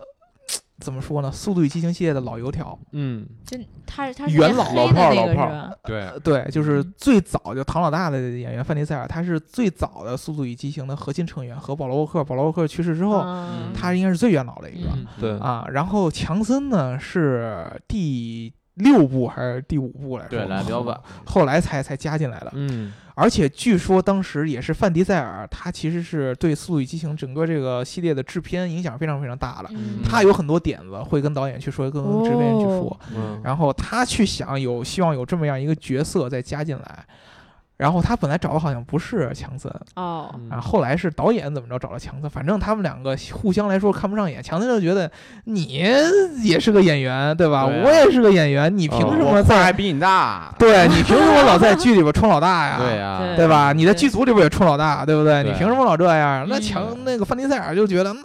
S2: 怎么说呢，《速度与激情》系列的老油条。
S5: 嗯，
S1: 就他是他是
S2: 元
S1: 那
S2: 老
S1: 黑
S5: 老
S1: 的
S5: 炮
S1: 那
S5: 儿老
S1: 个是
S5: 炮儿
S1: 吧？
S5: 对，
S2: 呃对，就是
S1: 嗯
S2: 最早就唐老大的演员范迪塞尔，他是最早的《速度与激情》的核心成员，和保罗沃克。保罗沃克去世之后，
S1: 嗯
S2: 他应该是最元老的一个、
S1: 嗯
S5: 对，
S2: 啊。然后强森呢是第六部还是第五部来说？
S6: 对，来比较晚。
S2: (laughs) 后来才才加进来的。
S5: 嗯，
S2: 而且据说当时也是范迪塞尔，他其实是对《速度与激情》整个这个系列的制片影响非常非常大的。
S1: 嗯
S2: 他有很多点子会跟导演去说，跟制片人去说
S1: 哦，
S5: 嗯
S2: 然后他去想有希望有这么样一个角色再加进来。然后他本来找的好像不是强森
S1: 哦，
S6: 嗯
S2: 啊，后来是导演怎么着找了强森，反正他们两个互相来说看不上眼，强森就觉得你也是个演员对吧？
S6: 对啊哦
S2: 我也是个演员，你凭什么在？
S6: 还比你大。
S2: 对啊你凭什么
S6: (laughs)
S2: 老在剧里边充老大呀？
S6: 对啊呀，
S1: 对
S2: 对吧？你在
S1: 对
S2: 剧组里边也冲老大，对不对？
S6: 对啊
S2: 你凭什么老这样？那
S1: 嗯
S2: 强那个范迪塞尔就觉得，那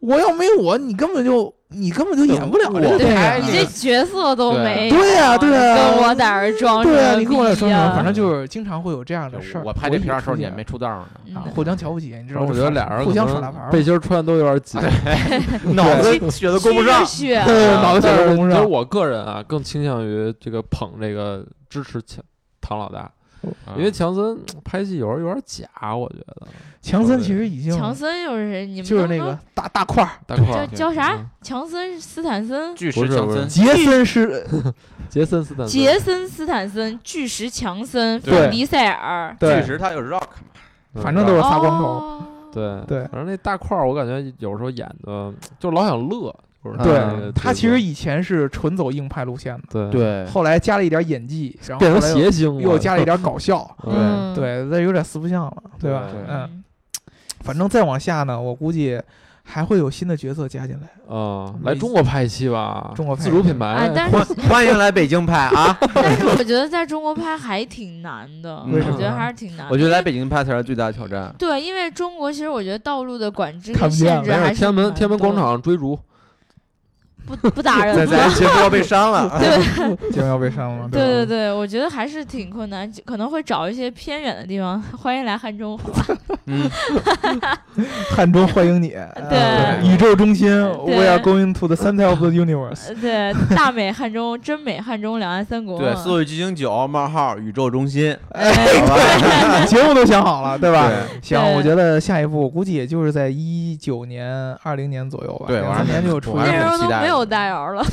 S2: 我要没我，你根本就你根本就演不了这个
S1: 对
S2: 呀
S1: 你这角色都
S6: 对
S1: 没有，
S2: 对呀对呀
S1: 跟我在这儿装什么
S2: 对
S1: 逼
S2: 啊，
S1: 呀，
S2: 你跟我俩说什么？反
S1: 正
S2: 正就是经常会有这样的事儿。
S6: 我拍这片儿的时候你
S2: 也
S6: 也没出道呢，
S1: 嗯
S2: 啊，互相瞧不起，你知道吗？
S5: 我觉得俩人
S2: 互相
S5: 可
S2: 耍
S5: 能
S2: 大牌儿嘛
S5: 嗯背，心儿穿都有点紧，
S6: (laughs) 脑子血都够不上。
S1: 血，
S2: 对脑袋
S5: 但
S2: 小
S5: 是
S2: 都不
S5: 其实
S2: 上。
S5: 我个人啊，更倾向于这个捧这个支持强唐老
S2: 啊
S5: 大，
S6: 啊
S5: 因为强森嗯拍戏有时候有点假，我觉得
S2: 强森其实已经
S1: 强森就是你们
S2: 就是那
S1: 能不
S2: 个
S1: 能
S2: 大大块儿，
S5: 大块
S1: 叫
S5: 儿
S1: 叫啥
S5: 嗯？
S1: 强森斯坦森。
S6: 巨
S5: 不
S6: 石
S5: 是
S6: 强
S5: 不
S6: 森
S5: 是，
S2: 杰森是，
S5: 杰森斯坦森
S1: 杰森·斯坦森、巨石强森、
S6: 对
S1: 范迪塞尔，
S6: 巨
S2: 对，
S6: 石他有 rock，
S5: 嗯
S2: 反正都是仨光
S1: 哦
S2: 头。
S1: 头，
S5: 对
S2: 对
S5: 反正那大块儿我感觉有时候演的就老想乐，就是
S6: 对
S5: 那个
S2: 对
S5: 角
S2: 他
S5: 色
S2: 其实以前是纯走硬派路线的，
S5: 对
S6: 对
S2: (laughs) 后来加了一点演技，然后
S5: 变成
S2: 后来又
S5: 谐星了，
S2: 又加了一点搞笑，
S5: 对
S1: 嗯，
S2: 对，那有点四不像了，对吧？
S5: 对
S2: 嗯，反正再往下呢，我估计还会有新的角色加进来。
S5: 嗯，
S2: 没
S5: 来中国拍戏吧，
S2: 中国拍
S5: 自主
S2: 戏
S5: 品
S1: 啊
S5: 牌，，
S1: 但是
S6: 欢欢迎来北京拍啊！
S1: 但是我觉得在中国拍还挺难的，
S6: 为什么
S1: 我觉得
S2: 呢
S1: 还是挺难的。
S6: 我觉得来北京拍才是最大的挑 (laughs) 战。
S1: 对，因为中国其实我觉得道路的管制
S2: 看
S1: 跟
S2: 不见
S1: 限
S2: 了
S1: 制
S5: 没
S1: 还是
S5: 有天安门
S1: 蛮
S5: 天安门广
S1: 多的
S5: 场追逐，
S1: 不不打
S4: (laughs)
S1: 人
S3: 在
S1: 了。
S3: 咱节目要被删了，
S2: 节目要被删了，
S1: 对对
S2: 对吧
S1: 对，我觉得还是挺困难，可能会找一些偏远的地方。 (laughs) 欢迎来汉中，好吧？
S6: 嗯
S2: 汉中欢迎你，啊
S1: 对
S2: 宇宙中心，We are going to the center of the
S1: (laughs)
S2: universe。
S1: 呃对，大美汉中，真美汉中，两岸三国嘛。啊
S6: 对，速度与激情九冒号宇宙中心，
S1: 哎，
S6: 好吧？
S2: (laughs) 节目都想好了，对吧？
S6: 对
S2: 行，
S1: 对
S2: 我觉得下一步估计也就是在一九年、二零年左右吧。
S6: 对
S2: 两
S6: 我
S2: 三
S6: 还
S2: 年
S6: 没
S2: 就出
S6: 我还
S1: 那
S6: 是
S1: 时
S6: 很
S1: 候
S6: 期
S1: 都
S6: 待的
S1: 没有大姚了，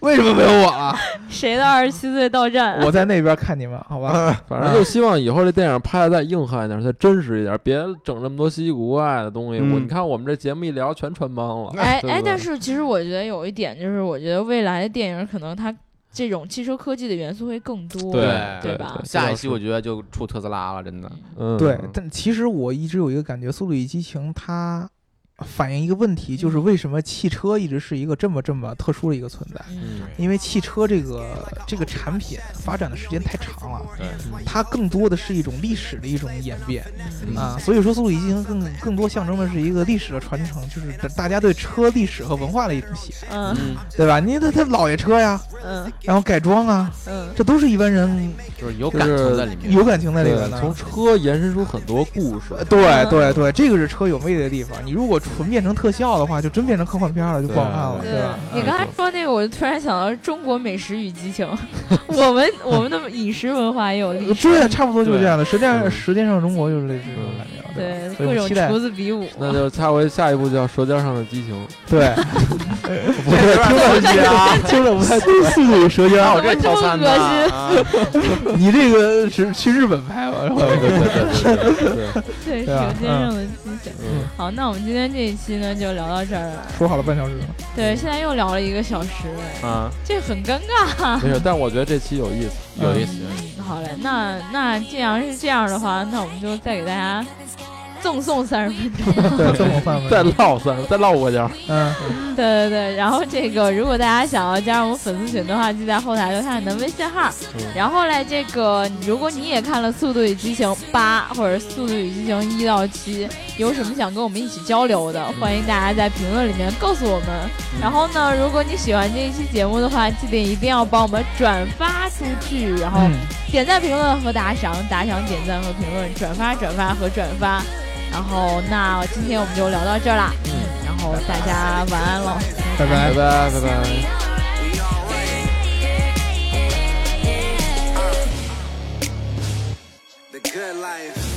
S2: 为什么没有我了？
S1: 谁的二十七岁到站 (laughs) 啊？
S2: (laughs) 我在那边看你们，好
S6: 嗯
S2: 吧？
S5: 反正就希望以后这电影拍的再硬汉一点，再真实一点，别整这么多稀奇古怪的东西。
S3: 嗯
S5: 我你看我们这节目一聊全穿帮了，
S1: 哎
S5: 对不
S1: 哎，
S5: 对
S1: 但是其实我觉得有一点就是，我觉得未来的电影可能它这种汽车科技的元素会更多，
S5: 对
S1: 对
S5: 对
S1: 吧
S5: 对
S6: 下一期我觉得就出特斯拉了，真的。
S5: 嗯
S2: 对，但其实我一直有一个感觉，《速度与激情》它反映一个问题，就是为什么汽车一直是一个这么这么特殊的一个存在？
S1: 嗯
S5: 嗯
S2: 因为汽车这个这个产品发展的时间太长了，它更多的是一种历史的一种演变
S5: 嗯
S2: 啊，所以说《速度与激情》更更多象征的是一个历史的传承，就是大大家对车历史和文化的一种写，
S1: 嗯
S6: 嗯，
S2: 对吧？你他他老爷车呀，
S1: 嗯
S2: 然后改装啊，
S1: 嗯，
S2: 这都是一般人
S6: 就是有
S5: 就
S6: 感情
S5: 是
S6: 在里面。
S2: 有感情在里面
S5: 对，
S2: 的。
S5: 从车延伸出很多故事。
S2: 对对对，这个是车有魅力的地方。你如果纯变成特效的话，就真变成科幻片了，就不好看了，
S1: 对
S2: 对吧？
S1: 呃
S2: 嗯
S1: 你刚才说那个，我就突然想到中国美食与激
S2: (laughs)
S1: 情，我们我们的饮食文化也有历史，
S2: (laughs) 对，啊差不多就是这样的。实际上，
S5: 嗯
S2: 实际上中国就是类似这种感觉，吧
S1: 对
S2: 所以
S1: 各
S2: 我
S1: 种
S2: 期待
S1: 厨子比武，
S5: 那就下回下一步叫《舌尖上的激情
S2: 对，不是听着不啊，听着不太对。速度与舌尖，
S1: 怎么这么恶心？
S6: 啊，
S2: 你这个是去日本拍吧？然后》。
S1: 对，舌
S2: 对啊嗯吧
S1: 尖上的激情。好，那我们今天这一期呢就聊到这儿了。
S2: 说好了半小时，
S5: (laughs)
S1: 对，现在又聊了一个小时，
S6: 啊，
S1: 这很尴尬。啊
S5: 没事，但我觉得这期有意思。
S2: 有意
S6: 思。
S1: 嗯，好嘞，那那既然是这样的话，那我们就再给大家赠送三十分钟。
S2: 对，这么范围，
S5: 再唠三，再唠过点儿。
S2: 嗯，
S1: 对对对，然后这个如果大家想要加入我们粉丝群的话，记在后台留下你的微信号。然后嘞，这个如果你也看了《速度与激情八》或者《速度与激情一到七》，有什么想跟我们一起交流的，欢迎大家在评论里面告诉我们。然后呢，如果你喜欢这一期节目的话，记得一定要帮我们转发出去，然后
S2: 嗯，
S1: 点赞、评论和打赏，打赏、点赞和评论，转发、转发和转发。然后，那今天我们就聊到这儿啦，嗯，然后大家晚安喽。
S2: 拜拜。
S5: 拜拜拜拜。
S7: The good life.